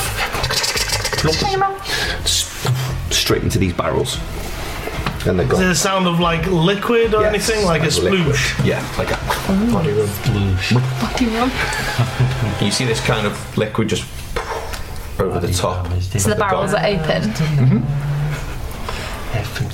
[SPEAKER 7] straight into these barrels, and
[SPEAKER 2] Is
[SPEAKER 7] they're
[SPEAKER 2] it
[SPEAKER 7] gone.
[SPEAKER 2] the sound of like liquid or
[SPEAKER 7] Yes,
[SPEAKER 2] anything? Like a
[SPEAKER 7] liquid.
[SPEAKER 2] sploosh.
[SPEAKER 7] Yeah, like a. You see this kind of liquid just over the top.
[SPEAKER 9] So the barrels are open.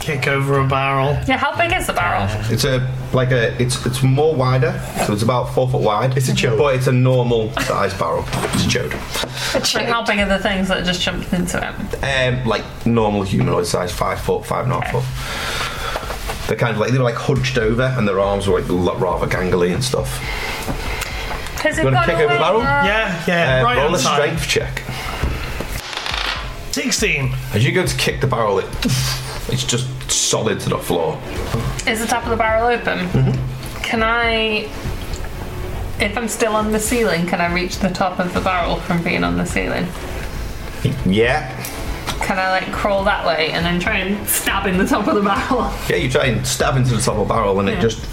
[SPEAKER 2] Kick over a barrel.
[SPEAKER 6] Yeah, how big is the barrel?
[SPEAKER 2] Uh,
[SPEAKER 7] It's a like a it's it's more wider, so it's about four foot wide. It's a chode, but it's a normal size barrel. It's a chode,
[SPEAKER 6] Like, how big are the things that just jumped into it?
[SPEAKER 7] um, like normal humanoid size, five foot, five and a half foot. They're kind of like they were like hunched over, and their arms were like lo- rather gangly and stuff.
[SPEAKER 6] Has it
[SPEAKER 7] You want
[SPEAKER 6] gone
[SPEAKER 7] to kick over the
[SPEAKER 6] away?
[SPEAKER 7] barrel?
[SPEAKER 2] Yeah, yeah.
[SPEAKER 7] Uh,
[SPEAKER 2] right
[SPEAKER 7] roll
[SPEAKER 2] on
[SPEAKER 7] a
[SPEAKER 2] time.
[SPEAKER 7] strength check.
[SPEAKER 2] 16.
[SPEAKER 7] As you go to kick the barrel, it it's just solid to the floor.
[SPEAKER 6] Is the top of the barrel open? Can I, if I'm still on the ceiling, can I reach the top of the barrel from being on the ceiling?
[SPEAKER 7] Yeah,
[SPEAKER 6] Can I like crawl that way and then try and stab in the top of the barrel?
[SPEAKER 7] yeah. You try and stab into the top of the barrel, and it
[SPEAKER 6] Yeah.
[SPEAKER 7] just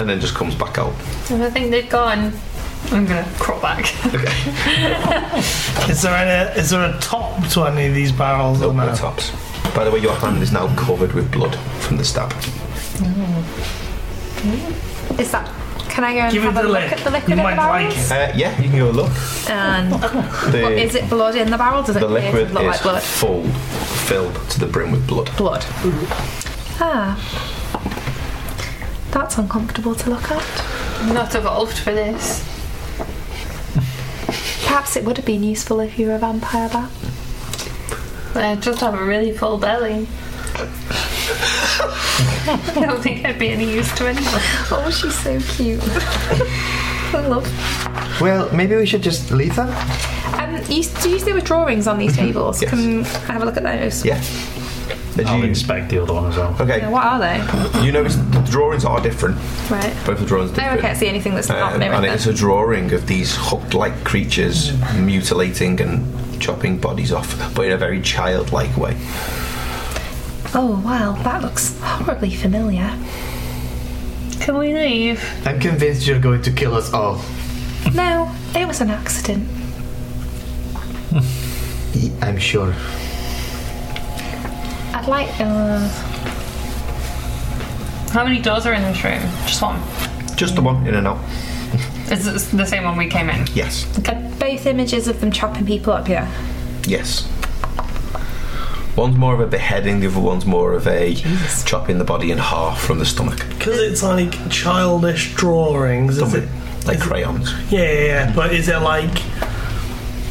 [SPEAKER 7] and then just comes back out.
[SPEAKER 9] I think they've gone.
[SPEAKER 6] I'm gonna crawl back.
[SPEAKER 2] Is there any, is there a top to any of these barrels or
[SPEAKER 7] Open
[SPEAKER 2] no?
[SPEAKER 7] the tops. By the way, your hand is now covered with blood from the stab.
[SPEAKER 4] Is that? Can I go and
[SPEAKER 2] Give it
[SPEAKER 4] have a
[SPEAKER 2] the
[SPEAKER 4] look
[SPEAKER 2] lick.
[SPEAKER 4] at the liquid
[SPEAKER 2] You
[SPEAKER 4] in the
[SPEAKER 2] might
[SPEAKER 4] barrels?
[SPEAKER 2] like it.
[SPEAKER 7] Uh, yeah, you can go look.
[SPEAKER 4] And
[SPEAKER 7] The,
[SPEAKER 4] what, is it blood in the barrel? Does it
[SPEAKER 7] the
[SPEAKER 4] appear to
[SPEAKER 7] liquid
[SPEAKER 4] look
[SPEAKER 7] is
[SPEAKER 4] like blood?
[SPEAKER 7] full, filled to the brim with blood.
[SPEAKER 4] Blood. Ah. That's uncomfortable to look at.
[SPEAKER 6] Not evolved for this.
[SPEAKER 4] Perhaps it would have been useful if you were a vampire bat.
[SPEAKER 6] I Uh, just have a really full belly. I don't think I'd be any use to anyone.
[SPEAKER 4] Oh, she's so cute. I love.
[SPEAKER 3] Well, maybe we should just leave them.
[SPEAKER 4] Um, you, do you see with drawings on these tables?
[SPEAKER 7] Yes.
[SPEAKER 4] Can I have a look at those?
[SPEAKER 7] Yeah. As
[SPEAKER 5] I'll
[SPEAKER 7] you-
[SPEAKER 5] inspect the other one as well.
[SPEAKER 7] okay,
[SPEAKER 4] What are they?
[SPEAKER 7] you notice the drawings are different.
[SPEAKER 4] Right.
[SPEAKER 7] Both the drawings are
[SPEAKER 4] Oh,
[SPEAKER 7] different.
[SPEAKER 4] okay, I see anything that's not
[SPEAKER 2] Uh,
[SPEAKER 7] Um,
[SPEAKER 4] near
[SPEAKER 7] and
[SPEAKER 4] it.
[SPEAKER 7] it's
[SPEAKER 4] then.
[SPEAKER 7] a drawing of these hooked-like creatures mutilating and chopping bodies off, but in a very childlike way.
[SPEAKER 4] Oh, wow, that looks horribly familiar.
[SPEAKER 6] Can we leave?
[SPEAKER 3] I'm convinced you're going to kill us all.
[SPEAKER 4] No, it was an accident.
[SPEAKER 3] Y- I'm sure.
[SPEAKER 4] I'd like. Uh,
[SPEAKER 6] How many doors are in this room? Just one.
[SPEAKER 7] Just the one in and out.
[SPEAKER 6] Is it the same one we came in?
[SPEAKER 7] Yes.
[SPEAKER 4] are both images of them chopping people up, yeah.
[SPEAKER 7] Yes. One's more of a beheading, the other one's more of a chopping the body in half from the stomach.
[SPEAKER 2] Because it's like childish drawings, is it?
[SPEAKER 7] Like crayons.
[SPEAKER 2] Yeah, yeah, yeah. But is it like.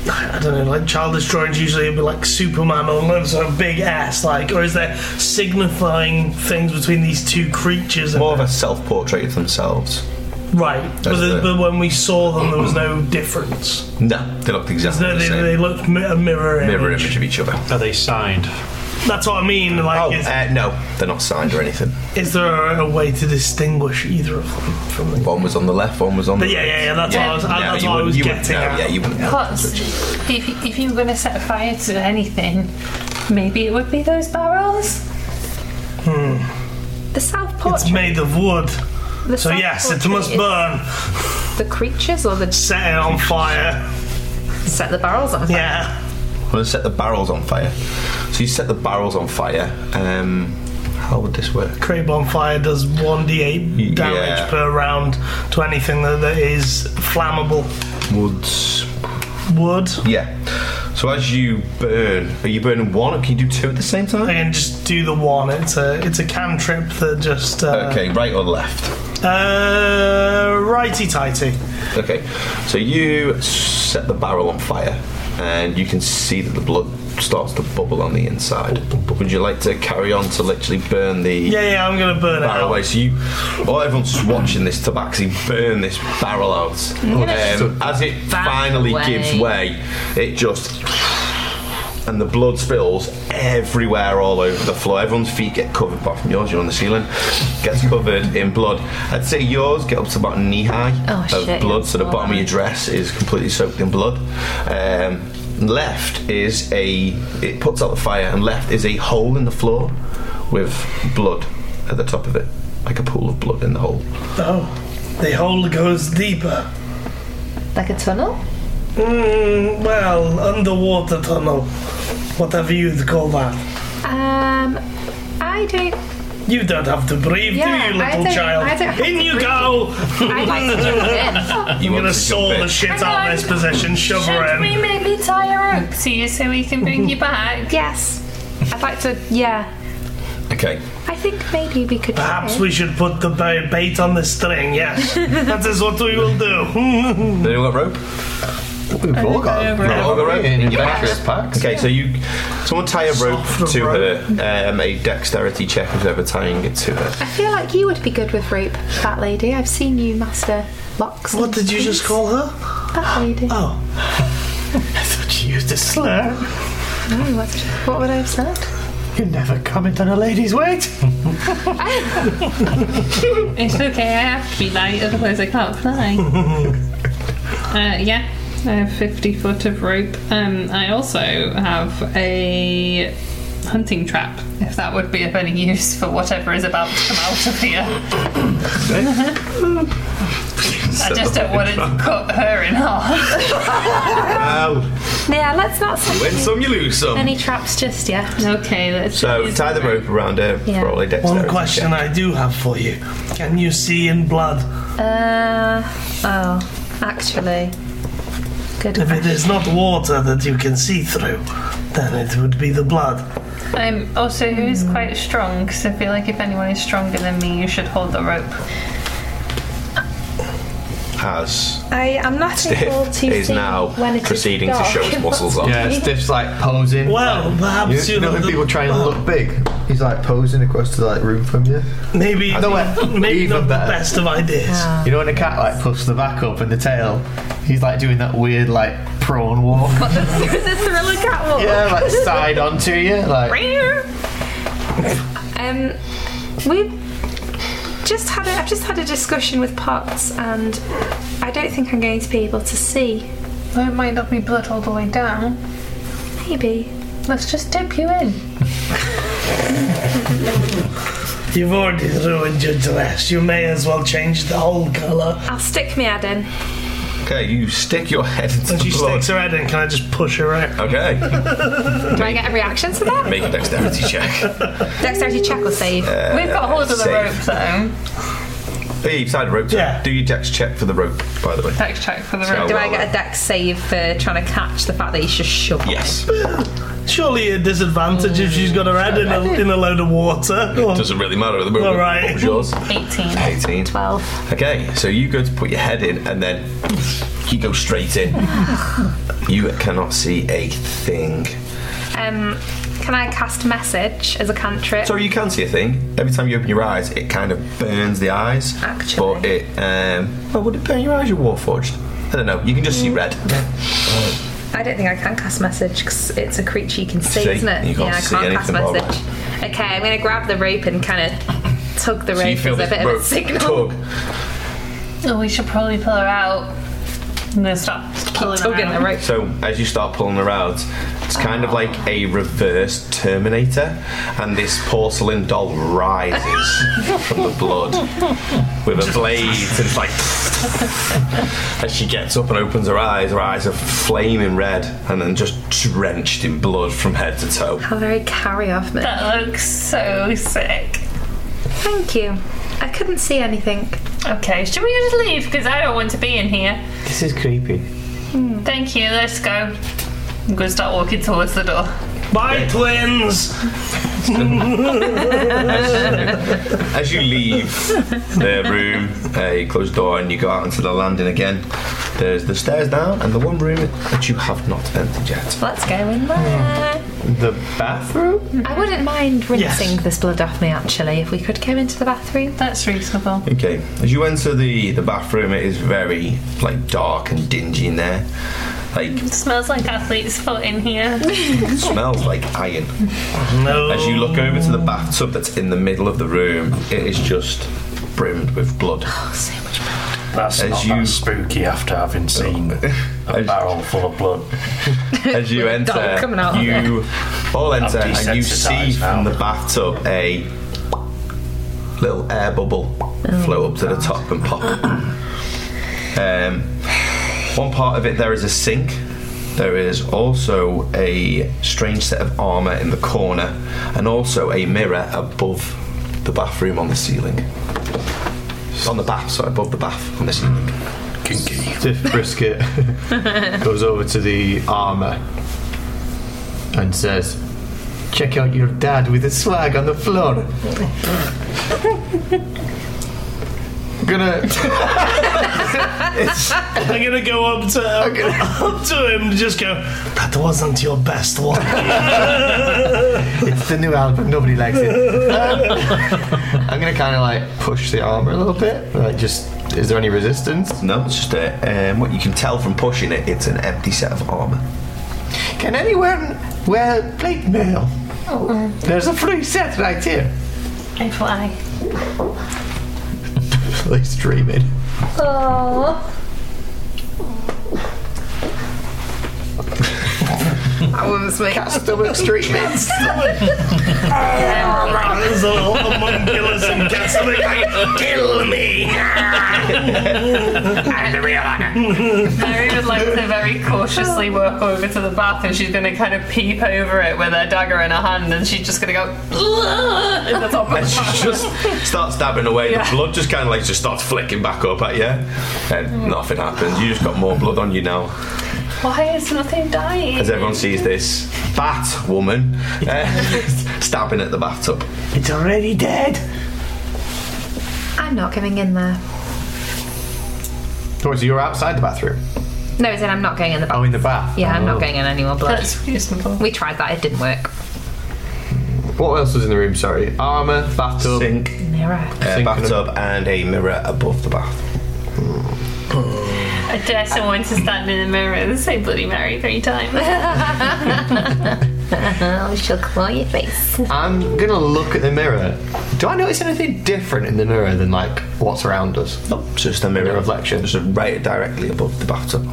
[SPEAKER 2] I don't know, like childish drawings usually would be like Superman or some sort of big ass, like, or is there signifying things between these two creatures? And,
[SPEAKER 7] More of a self portrait of themselves.
[SPEAKER 2] right, but,
[SPEAKER 7] That's
[SPEAKER 2] the,
[SPEAKER 7] the-
[SPEAKER 2] but when we saw them, there was no difference.
[SPEAKER 7] No, they looked exactly
[SPEAKER 2] They,
[SPEAKER 7] the
[SPEAKER 2] they,
[SPEAKER 7] same.
[SPEAKER 2] they looked mi- a mirror image.
[SPEAKER 7] Mirror image of each other.
[SPEAKER 5] Are they signed?
[SPEAKER 2] That's what I mean. Like,
[SPEAKER 7] Oh,
[SPEAKER 2] is,
[SPEAKER 7] uh, no, they're not signed or anything.
[SPEAKER 2] is there a way to distinguish either of them from the?
[SPEAKER 7] One was on the left, one was on the
[SPEAKER 2] But yeah,
[SPEAKER 7] right.
[SPEAKER 2] yeah, yeah. That's what I was.
[SPEAKER 7] No,
[SPEAKER 2] that's
[SPEAKER 7] you
[SPEAKER 2] what I
[SPEAKER 7] wouldn't-
[SPEAKER 2] was
[SPEAKER 7] you wouldn't
[SPEAKER 2] getting
[SPEAKER 7] know,
[SPEAKER 2] at.
[SPEAKER 7] Yeah, you wouldn't know.
[SPEAKER 6] But if, if you were going to set fire to anything, maybe it would be those barrels.
[SPEAKER 4] The South
[SPEAKER 2] It's
[SPEAKER 4] Portrait.
[SPEAKER 2] made of wood,
[SPEAKER 4] the
[SPEAKER 2] so
[SPEAKER 4] South
[SPEAKER 2] yes, it
[SPEAKER 4] Portrait
[SPEAKER 2] must
[SPEAKER 4] is
[SPEAKER 2] burn.
[SPEAKER 4] The creatures or the
[SPEAKER 2] Set it on fire.
[SPEAKER 4] set the barrels on fire?
[SPEAKER 2] Yeah.
[SPEAKER 7] I'm going to set the barrels on fire. So you set the barrels on fire. Um, how would this work?
[SPEAKER 2] Cray bonfire does one d8 damage
[SPEAKER 7] Yeah.
[SPEAKER 2] per round to anything that, that is flammable
[SPEAKER 7] Woods.
[SPEAKER 2] wood.
[SPEAKER 7] Yeah. So as you burn, are you burning one or can you do two at the same
[SPEAKER 2] I
[SPEAKER 7] time?
[SPEAKER 2] can just do the one. It's a it's a cantrip that just uh,
[SPEAKER 7] Okay, right or left.
[SPEAKER 2] Uh, righty tighty.
[SPEAKER 7] Okay. So you set the barrel on fire and you can see that the blood starts to bubble on the inside. Would you like to carry on to literally burn the
[SPEAKER 2] Yeah, yeah. I'm gonna burn it
[SPEAKER 7] barrel
[SPEAKER 2] out.
[SPEAKER 7] away? So you, while everyone's just watching this tabaxi burn this barrel out, um, as it finally
[SPEAKER 9] away.
[SPEAKER 7] gives way, it just and the blood spills everywhere all over the floor. Everyone's feet get covered, apart from yours, you're on the ceiling, gets covered in blood. I'd say yours get up to about knee high
[SPEAKER 9] Oh,
[SPEAKER 7] of
[SPEAKER 9] shit,
[SPEAKER 7] blood,
[SPEAKER 9] yeah.
[SPEAKER 7] so the bottom of your dress is completely soaked in blood. Um, left is a. It puts out the fire, and left is a hole in the floor with blood at the top of it, like a pool of blood in the hole.
[SPEAKER 2] Oh, the hole goes deeper.
[SPEAKER 6] Like a tunnel?
[SPEAKER 2] Mm, well, underwater tunnel. Whatever you'd call that.
[SPEAKER 6] Um, I don't.
[SPEAKER 2] You don't have to breathe,
[SPEAKER 6] Yeah,
[SPEAKER 2] do you,
[SPEAKER 6] I
[SPEAKER 2] little
[SPEAKER 6] don't-
[SPEAKER 2] child?
[SPEAKER 6] I don't have
[SPEAKER 2] in
[SPEAKER 6] to
[SPEAKER 2] you
[SPEAKER 6] breathe.
[SPEAKER 2] go!
[SPEAKER 6] I'd like to jump in.
[SPEAKER 2] I'm
[SPEAKER 7] want
[SPEAKER 2] gonna
[SPEAKER 7] to jump
[SPEAKER 2] saw the
[SPEAKER 7] in.
[SPEAKER 2] shit
[SPEAKER 6] Hang
[SPEAKER 2] out
[SPEAKER 6] on.
[SPEAKER 2] of this possession, shove her
[SPEAKER 6] Should
[SPEAKER 2] in.
[SPEAKER 6] we maybe tie a rope to you so we can bring you back?
[SPEAKER 4] Yes. I'd like to. Yeah.
[SPEAKER 7] Okay.
[SPEAKER 4] I think maybe we could.
[SPEAKER 2] Perhaps we should put the ba- bait on the string, yes. that is what we will do.
[SPEAKER 7] Then you got rope.
[SPEAKER 3] We've all got
[SPEAKER 7] Rope.
[SPEAKER 3] rope
[SPEAKER 7] Rope.
[SPEAKER 3] in
[SPEAKER 7] Yeah.
[SPEAKER 3] adventurous packs.
[SPEAKER 7] Okay, so you someone tie a rope
[SPEAKER 2] Soft
[SPEAKER 7] to
[SPEAKER 2] rope.
[SPEAKER 7] her. Um, a dexterity check if ever tying it to
[SPEAKER 4] I
[SPEAKER 7] her.
[SPEAKER 4] feel like you would be good with rope, fat lady. I've seen you master locks.
[SPEAKER 2] what did you just call her?
[SPEAKER 4] Fat lady.
[SPEAKER 2] Oh.
[SPEAKER 5] I thought you used a slur.
[SPEAKER 4] No, what, what would I have said?
[SPEAKER 5] You never comment on a lady's weight.
[SPEAKER 9] It's okay, I have to be light, otherwise I can't fly. uh, yeah, I have 50 foot of rope. Um, I also have a hunting trap, if that would be of any use for whatever is about to come out of here. I just don't want it to cut her in half.
[SPEAKER 4] Oh. Yeah, let's not set
[SPEAKER 7] Win some, you lose some.
[SPEAKER 4] any traps just yet.
[SPEAKER 9] Okay, let's
[SPEAKER 7] So tie the rope around her
[SPEAKER 4] Yeah.
[SPEAKER 7] for all a dexterity.
[SPEAKER 2] One question I
[SPEAKER 7] check.
[SPEAKER 2] do have for you. Can you see in blood?
[SPEAKER 4] Uh, oh, actually. Good.
[SPEAKER 2] If it is not water that you can see through, then it would be the blood.
[SPEAKER 9] I'm Um, also who is quite strong, because I feel like if anyone is stronger than me, you should hold the rope.
[SPEAKER 7] Has
[SPEAKER 4] I am not able
[SPEAKER 7] Diff
[SPEAKER 4] to
[SPEAKER 7] is
[SPEAKER 4] see
[SPEAKER 7] now
[SPEAKER 4] when it is
[SPEAKER 7] proceeding to
[SPEAKER 4] dark.
[SPEAKER 7] show his muscles off.
[SPEAKER 3] Yeah, Stiff's like posing.
[SPEAKER 2] Well,
[SPEAKER 3] You,
[SPEAKER 2] perhaps you,
[SPEAKER 3] you know when
[SPEAKER 2] the-
[SPEAKER 3] people try and look big, he's like posing across the like room from you.
[SPEAKER 2] Maybe,
[SPEAKER 3] No way.
[SPEAKER 2] maybe
[SPEAKER 3] Even
[SPEAKER 2] not the
[SPEAKER 3] better.
[SPEAKER 2] best of ideas.
[SPEAKER 3] You know when a cat like puffs the back up and the tail, he's like doing that weird like prawn walk.
[SPEAKER 4] the thriller catwalk.
[SPEAKER 3] yeah, like side onto you, like
[SPEAKER 4] Um, we just had a, I've just had a discussion with Potts, and I don't think I'm going to be able to see.
[SPEAKER 9] It might not be blood all the way down.
[SPEAKER 4] Maybe.
[SPEAKER 9] Let's just dip you in.
[SPEAKER 2] You've already ruined your dress. You may as well change the whole colour.
[SPEAKER 4] I'll stick my head in.
[SPEAKER 7] Okay, you stick your head into
[SPEAKER 2] And she
[SPEAKER 7] the blood.
[SPEAKER 2] sticks her head in. Can I just push her out?
[SPEAKER 7] Okay,
[SPEAKER 4] Do I get a reaction to that?
[SPEAKER 7] make a dexterity check.
[SPEAKER 4] Dexterity check or save.
[SPEAKER 9] We've got hold of the
[SPEAKER 7] safe.
[SPEAKER 9] rope though.
[SPEAKER 7] Hey, you've tied a rope. so
[SPEAKER 2] Yeah.
[SPEAKER 7] Do your dex check for the rope, by the way.
[SPEAKER 9] Dex check for the rope.
[SPEAKER 4] Do I get a dex save for trying to catch the fact that he's just shoved?
[SPEAKER 7] Yes.
[SPEAKER 2] Surely a disadvantage if she's got her head in a, in a load of water. Or-
[SPEAKER 7] Doesn't really matter at the moment.
[SPEAKER 2] All right.
[SPEAKER 7] What was yours?
[SPEAKER 9] 18.
[SPEAKER 7] 18.
[SPEAKER 4] 12.
[SPEAKER 7] Okay, so you go to put your head in, and then you go straight in. you cannot see a thing.
[SPEAKER 4] Um, can I cast message as a cantrip?
[SPEAKER 7] Sorry, you can see a thing. Every time you open your eyes, it kind of burns the eyes.
[SPEAKER 4] Actually.
[SPEAKER 7] But it. Um, well, would it burn your eyes? You're Warforged. I don't know. You can just see
[SPEAKER 4] Mm.
[SPEAKER 7] red.
[SPEAKER 4] I don't think I can cast message because it's a creature you can see,
[SPEAKER 7] See,
[SPEAKER 4] isn't it?
[SPEAKER 7] you can't
[SPEAKER 4] yeah, I
[SPEAKER 7] see
[SPEAKER 4] can't cast
[SPEAKER 7] anything about
[SPEAKER 4] message. Okay, I'm going to grab the rope and kind of tug the rope
[SPEAKER 7] So you feel
[SPEAKER 4] as
[SPEAKER 7] this
[SPEAKER 4] a bit
[SPEAKER 7] rope
[SPEAKER 4] of a signal.
[SPEAKER 7] tug.
[SPEAKER 9] Oh, we should probably pull her out. I'm gonna stop pulling her
[SPEAKER 4] Tugging
[SPEAKER 9] out.
[SPEAKER 4] the rope.
[SPEAKER 7] So as you start pulling her out, it's kind of like a reverse Terminator, and this porcelain doll rises from the blood with a blade, and it's like. As she gets up and opens her eyes, her eyes are flaming red, and then just drenched in blood from head to toe.
[SPEAKER 4] How very carry off me.
[SPEAKER 9] That looks so sick.
[SPEAKER 4] Thank you. I couldn't see anything.
[SPEAKER 9] Okay, should we just leave? Because I don't want to be in here.
[SPEAKER 3] this is creepy.
[SPEAKER 9] Thank you, let's go. I'm gonna start walking towards the door.
[SPEAKER 2] Bye, twins!
[SPEAKER 7] As you leave the room, uh, you close the door and you go out onto the landing again. There's the stairs down and the one room that you have not entered yet.
[SPEAKER 4] Let's go in there.
[SPEAKER 3] The bathroom?
[SPEAKER 4] I wouldn't mind rinsing this blood off me actually if we could go into the bathroom.
[SPEAKER 9] That's reasonable.
[SPEAKER 7] Okay, as you enter the, the bathroom, it is very like dark and dingy in there. Like
[SPEAKER 9] It smells like athlete's foot in here.
[SPEAKER 7] it smells like iron.
[SPEAKER 2] No.
[SPEAKER 7] As you look over to the bathtub that's in the middle of the room, it is just brimmed with blood.
[SPEAKER 5] That's
[SPEAKER 7] As
[SPEAKER 5] not
[SPEAKER 7] you-
[SPEAKER 5] that spooky after having seen a barrel full of blood.
[SPEAKER 7] As you enter,
[SPEAKER 4] dog coming out of
[SPEAKER 7] you all enter
[SPEAKER 5] I'm
[SPEAKER 7] and you see
[SPEAKER 5] desensitised now.
[SPEAKER 7] from the bathtub a little air bubble
[SPEAKER 4] Oh,
[SPEAKER 7] float up to the top and pop up. Um, one part of it there is a sink. There is also a strange set of armour in the corner, and also a mirror above the bathroom on the ceiling. On the bath, sorry, above the bath on the ceiling.
[SPEAKER 3] Stiff brisket goes over to the armour and says, Check out your dad with his swag on the floor. Gonna.
[SPEAKER 2] I'm gonna go up to up to him and just go. That wasn't your best one.
[SPEAKER 3] It's the new album, nobody likes it. Um, I'm gonna kind of like push the armour a little bit. Like, just. Is there any resistance?
[SPEAKER 7] No, it's just a, um, what you can tell from pushing it, it's an empty set of armour.
[SPEAKER 3] Can anyone wear plate mail?
[SPEAKER 4] Oh, um,
[SPEAKER 3] There's a free set right here.
[SPEAKER 9] FYI.
[SPEAKER 3] They stream it.
[SPEAKER 9] Oh.
[SPEAKER 4] That one was me.
[SPEAKER 3] Stomach treatments.
[SPEAKER 2] There's a lot of homunculus and cats are like, kill me.
[SPEAKER 9] Mary would like to very cautiously walk over to the bath and she's going to kind of peep over it with her dagger in her hand and she's just going to go "Ugh," in the top of
[SPEAKER 7] And she just starts stabbing away.
[SPEAKER 9] Yeah.
[SPEAKER 7] The blood just kind of like just starts flicking back up at you, and nothing happens. You just got more blood on you now.
[SPEAKER 9] Why is nothing dying?
[SPEAKER 7] As everyone sees this fat woman uh, stabbing at the bathtub.
[SPEAKER 3] it's already dead.
[SPEAKER 4] I'm not going in there.
[SPEAKER 3] Towards you, you're outside the bathroom.
[SPEAKER 4] No, as in I'm not going in the
[SPEAKER 3] Oh,
[SPEAKER 4] bath.
[SPEAKER 3] in the bath.
[SPEAKER 4] Yeah, I'm
[SPEAKER 3] Oh.
[SPEAKER 4] not going in any more blood.
[SPEAKER 9] That's reasonable.
[SPEAKER 4] We tried that, it didn't work.
[SPEAKER 3] What else was in the room? Sorry, armor, bathtub.
[SPEAKER 7] Sink,
[SPEAKER 4] Mirror.
[SPEAKER 7] uh,
[SPEAKER 3] Sink and a-
[SPEAKER 7] bathtub, and a mirror above the bath.
[SPEAKER 9] I dare someone to stand in the mirror and say Bloody Mary three times.
[SPEAKER 4] Oh, she'll claw your face.
[SPEAKER 3] I'm gonna look at the mirror. Do I notice anything different in the mirror than like what's around us?
[SPEAKER 7] Nope, it's just a mirror
[SPEAKER 3] No reflection.
[SPEAKER 7] Just right directly above the bathtub.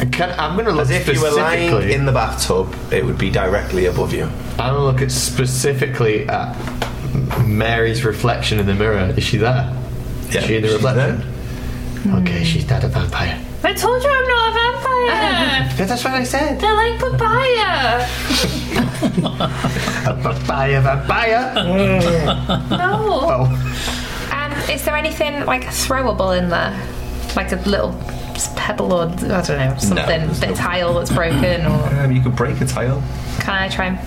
[SPEAKER 3] And Can, I'm gonna
[SPEAKER 7] As
[SPEAKER 3] look
[SPEAKER 7] if you were lying
[SPEAKER 3] specifically.
[SPEAKER 7] in the bathtub, it would be directly above you.
[SPEAKER 3] I'm gonna look at specifically at Mary's reflection in the mirror. Is she there?
[SPEAKER 7] Yeah,
[SPEAKER 3] is she in the
[SPEAKER 7] she's
[SPEAKER 3] reflection? Okay, she's not a vampire.
[SPEAKER 9] I told you I'm not a vampire.
[SPEAKER 3] Yeah, that's what I said.
[SPEAKER 9] They're like papaya.
[SPEAKER 3] Vampire, vampire.
[SPEAKER 9] No.
[SPEAKER 3] oh,
[SPEAKER 4] Um, is there anything like throwable in there? Like a little pebble or I don't know, something,
[SPEAKER 7] there's
[SPEAKER 4] bit of tile that's broken or
[SPEAKER 7] Um, you could break a tile.
[SPEAKER 4] can I try and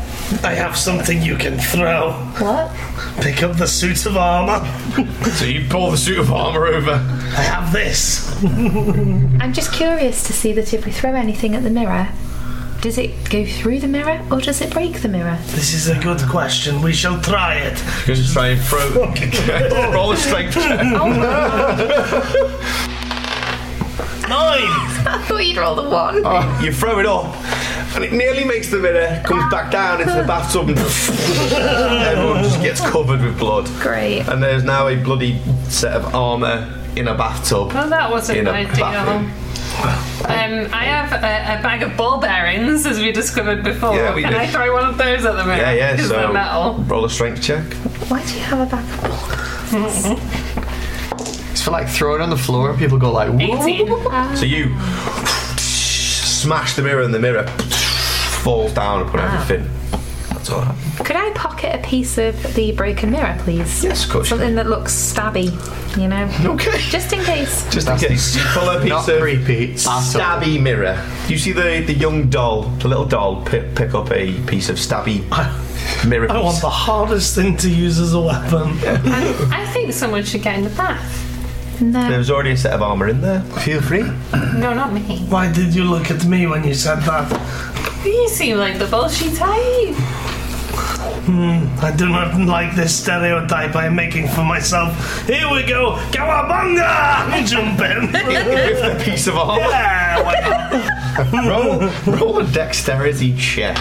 [SPEAKER 2] I have something you can throw.
[SPEAKER 4] What?
[SPEAKER 2] Pick up the suit of armor.
[SPEAKER 7] So you pull the suit of armour over.
[SPEAKER 2] I have this.
[SPEAKER 4] I'm just curious to see that if we throw anything at the mirror, does it go through the mirror or does it break the mirror?
[SPEAKER 2] This is a good question. We shall try it.
[SPEAKER 7] Just try and throw. Roll a strength check.
[SPEAKER 4] Oh,
[SPEAKER 2] Nine.
[SPEAKER 4] I thought you'd roll the one.
[SPEAKER 7] Oh, You throw it up, and it nearly makes the mirror, comes back down into the bathtub, and everyone just gets covered with blood.
[SPEAKER 4] Great.
[SPEAKER 7] And there's now a bloody set of armour in a bathtub.
[SPEAKER 9] Well, that wasn't
[SPEAKER 7] In a
[SPEAKER 9] my deal.
[SPEAKER 7] bathroom.
[SPEAKER 9] Um, I have a, a bag of ball bearings, as we discovered before.
[SPEAKER 7] Yeah, we
[SPEAKER 9] Can
[SPEAKER 7] did.
[SPEAKER 9] I throw one of those at the mirror?
[SPEAKER 7] Yeah, yeah,
[SPEAKER 9] Because they're
[SPEAKER 7] so
[SPEAKER 9] metal.
[SPEAKER 7] roll a strength check.
[SPEAKER 4] Why do you have a back of
[SPEAKER 3] it's for like throwing on the floor and people go like, "Whoa."
[SPEAKER 9] 18.
[SPEAKER 7] So you smash the mirror, and the mirror falls down upon everything. That's all.
[SPEAKER 4] Could I pocket a piece of the broken mirror, please?
[SPEAKER 7] Yes, of course you
[SPEAKER 4] Something that looks stabby, you know?
[SPEAKER 7] Okay.
[SPEAKER 4] Just in case.
[SPEAKER 7] Just in case. You pull a piece
[SPEAKER 3] Not
[SPEAKER 7] of
[SPEAKER 3] creepy at all.
[SPEAKER 7] stabby mirror. You see the, the young doll, the little doll, pick, pick up a piece of stabby mirror.
[SPEAKER 2] I
[SPEAKER 7] piece.
[SPEAKER 2] want the hardest thing to use as a weapon.
[SPEAKER 9] I think someone should get in the bath.
[SPEAKER 7] There
[SPEAKER 4] No.
[SPEAKER 7] was already a set of armour in there.
[SPEAKER 3] Feel free.
[SPEAKER 9] No, not me.
[SPEAKER 2] Why did you look at me when you said that?
[SPEAKER 9] You seem like the bullshit type.
[SPEAKER 2] I do not like this stereotype I am making for myself. Here we go. Cowabunga! Jump in.
[SPEAKER 7] With the piece of armour.
[SPEAKER 2] yeah, why not?
[SPEAKER 7] Roll, roll a dexterity check.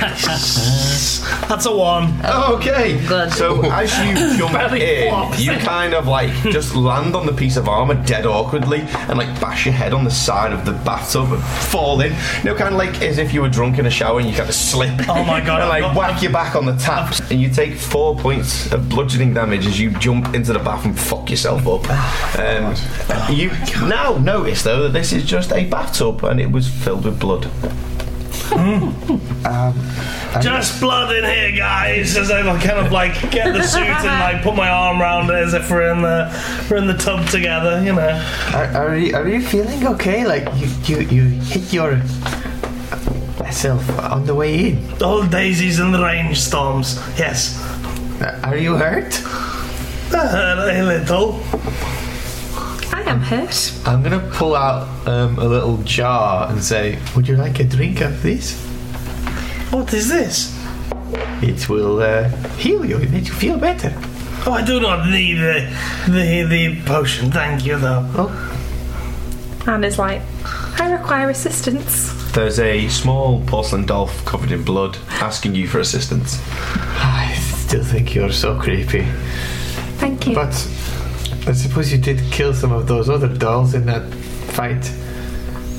[SPEAKER 2] Nice. That's a one.
[SPEAKER 7] Okay.
[SPEAKER 4] Good.
[SPEAKER 7] So as you jump in, you kind of like just land on the piece of armor dead awkwardly and like bash your head on the side of the bathtub and fall in. You know, kind of like as if you were drunk in a shower and you kind of slip.
[SPEAKER 2] Oh my god.
[SPEAKER 7] And
[SPEAKER 2] I've
[SPEAKER 7] like
[SPEAKER 2] got-
[SPEAKER 7] whack your back on the taps, and you take four points of bludgeoning damage as you jump into the bath and fuck yourself up.
[SPEAKER 2] Ah.
[SPEAKER 7] Um, you now notice though that this is just a bathtub and it was filled with blood.
[SPEAKER 2] Just blood in here, guys. As I kind of like get the suit and like put my arm around it as if we're in the we're in the tub together, you know.
[SPEAKER 3] Are, are, you, are you feeling okay? Like you, you, you hit your myself on the way in.
[SPEAKER 2] Old daisies and the rainstorms. Yes.
[SPEAKER 3] Uh, Are you hurt?
[SPEAKER 2] Uh, a little.
[SPEAKER 4] I am hurt.
[SPEAKER 3] I'm gonna pull out um, a little jar and say, "Would you like a drink of this?
[SPEAKER 2] What is this?
[SPEAKER 3] It will uh, heal you. It makes you feel better."
[SPEAKER 2] Oh, I do not need the the, the potion. Thank you, though.
[SPEAKER 4] And is like, I require assistance.
[SPEAKER 7] There's a small porcelain doll covered in blood asking you for assistance.
[SPEAKER 3] I still think you're so creepy.
[SPEAKER 4] Thank you.
[SPEAKER 3] But I suppose you did kill some of those other dolls in that fight.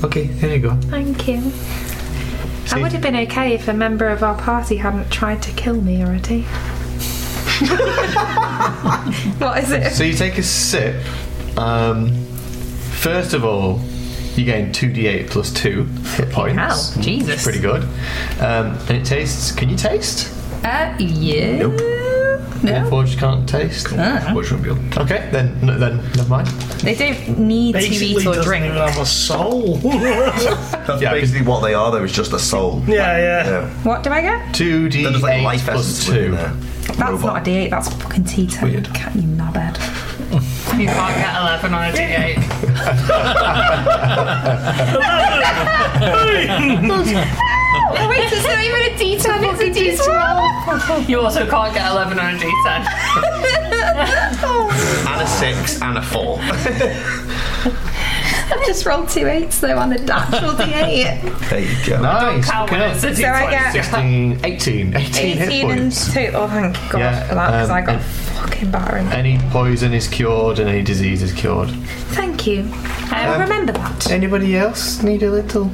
[SPEAKER 3] Okay, there you go.
[SPEAKER 4] Thank you. I
[SPEAKER 3] See?
[SPEAKER 4] would have been okay if a member of our party hadn't tried to kill me already. what is it?
[SPEAKER 3] So you take a sip. Um, first of all, you gain 2d8 plus 2 hit points.
[SPEAKER 4] hell,
[SPEAKER 3] which is
[SPEAKER 4] Jesus.
[SPEAKER 3] Pretty good. Um, and it tastes. Can you taste?
[SPEAKER 9] Uh, yeah.
[SPEAKER 3] Nope. Warforged can't taste.
[SPEAKER 4] Uh-huh.
[SPEAKER 7] Which would be able to-
[SPEAKER 3] Okay, then n- then never mind.
[SPEAKER 4] They don't need
[SPEAKER 2] Basically,
[SPEAKER 4] to eat or
[SPEAKER 2] doesn't
[SPEAKER 4] drink.
[SPEAKER 2] even have a soul. yeah,
[SPEAKER 7] That's
[SPEAKER 3] Yeah,
[SPEAKER 7] basically what they are, though, is just a soul.
[SPEAKER 2] yeah.
[SPEAKER 4] What do I get?
[SPEAKER 3] Two D
[SPEAKER 7] They're just like
[SPEAKER 3] eight
[SPEAKER 7] life
[SPEAKER 3] plus
[SPEAKER 7] essence
[SPEAKER 3] two.
[SPEAKER 7] within there.
[SPEAKER 4] That's
[SPEAKER 7] Robot.
[SPEAKER 4] not a D8, that's fucking T10.
[SPEAKER 7] Weird.
[SPEAKER 4] Can't you knobhead?
[SPEAKER 9] You can't get 11 on a D8.
[SPEAKER 4] Oh, wait, it's not even a D10, it's a D12.
[SPEAKER 9] You also can't get 11 on a D10.
[SPEAKER 7] And a six and a four.
[SPEAKER 4] I've just rolled two eights though on a natural D8.
[SPEAKER 7] there you go.
[SPEAKER 3] Nice.
[SPEAKER 9] How
[SPEAKER 3] good.
[SPEAKER 9] when it's a
[SPEAKER 4] So I get
[SPEAKER 9] D20.
[SPEAKER 3] 16, 18, 18,
[SPEAKER 4] 18
[SPEAKER 3] hit
[SPEAKER 4] in
[SPEAKER 3] points.
[SPEAKER 4] total. Oh, thank God
[SPEAKER 3] Yeah,
[SPEAKER 4] for that because
[SPEAKER 3] um,
[SPEAKER 4] I got
[SPEAKER 3] and-
[SPEAKER 4] fucking battering.
[SPEAKER 3] Any poison is cured and any disease is cured.
[SPEAKER 4] Thank you. I will remember that.
[SPEAKER 3] Anybody else need a little?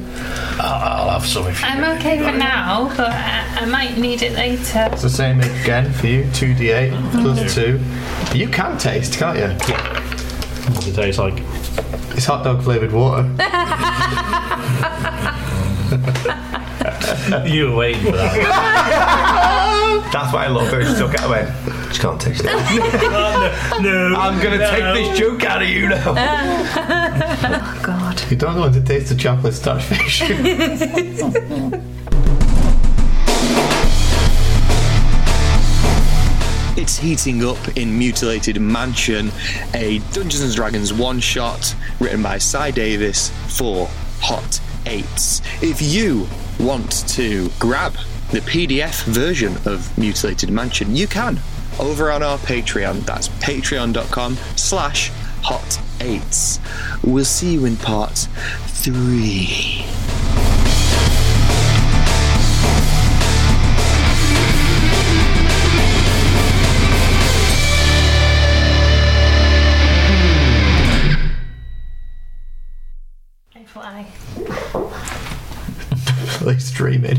[SPEAKER 8] I'll have some if you
[SPEAKER 6] I'm okay for now, but I, I might need it later.
[SPEAKER 3] It's the same again for you. Two d8 plus two. You can taste, can't you?
[SPEAKER 5] What it tastes like.
[SPEAKER 3] It's hot dog flavored water.
[SPEAKER 5] You were waiting for that.
[SPEAKER 7] That's why I love her. She took it away. She can't taste it.
[SPEAKER 2] Oh, No.
[SPEAKER 7] I'm gonna take this joke out of you now.
[SPEAKER 4] God.
[SPEAKER 3] you don't want to taste the chocolate starfish.
[SPEAKER 1] It's heating up in Mutilated Mansion, a Dungeons and Dragons one shot written by Cy Davis for Hot Eights. If you want to grab the PDF version of Mutilated Mansion, you can over on our Patreon. That's patreon.com slash hot eights. We'll see you in part three.
[SPEAKER 6] I fly.
[SPEAKER 3] Please dreaming.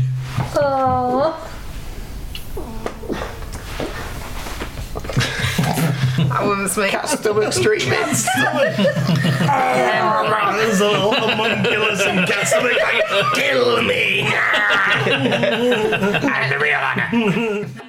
[SPEAKER 4] That woman's me.
[SPEAKER 3] Stomach streaming.
[SPEAKER 2] There's a little homunculus and Catholic. Kill me.
[SPEAKER 3] And the real honor.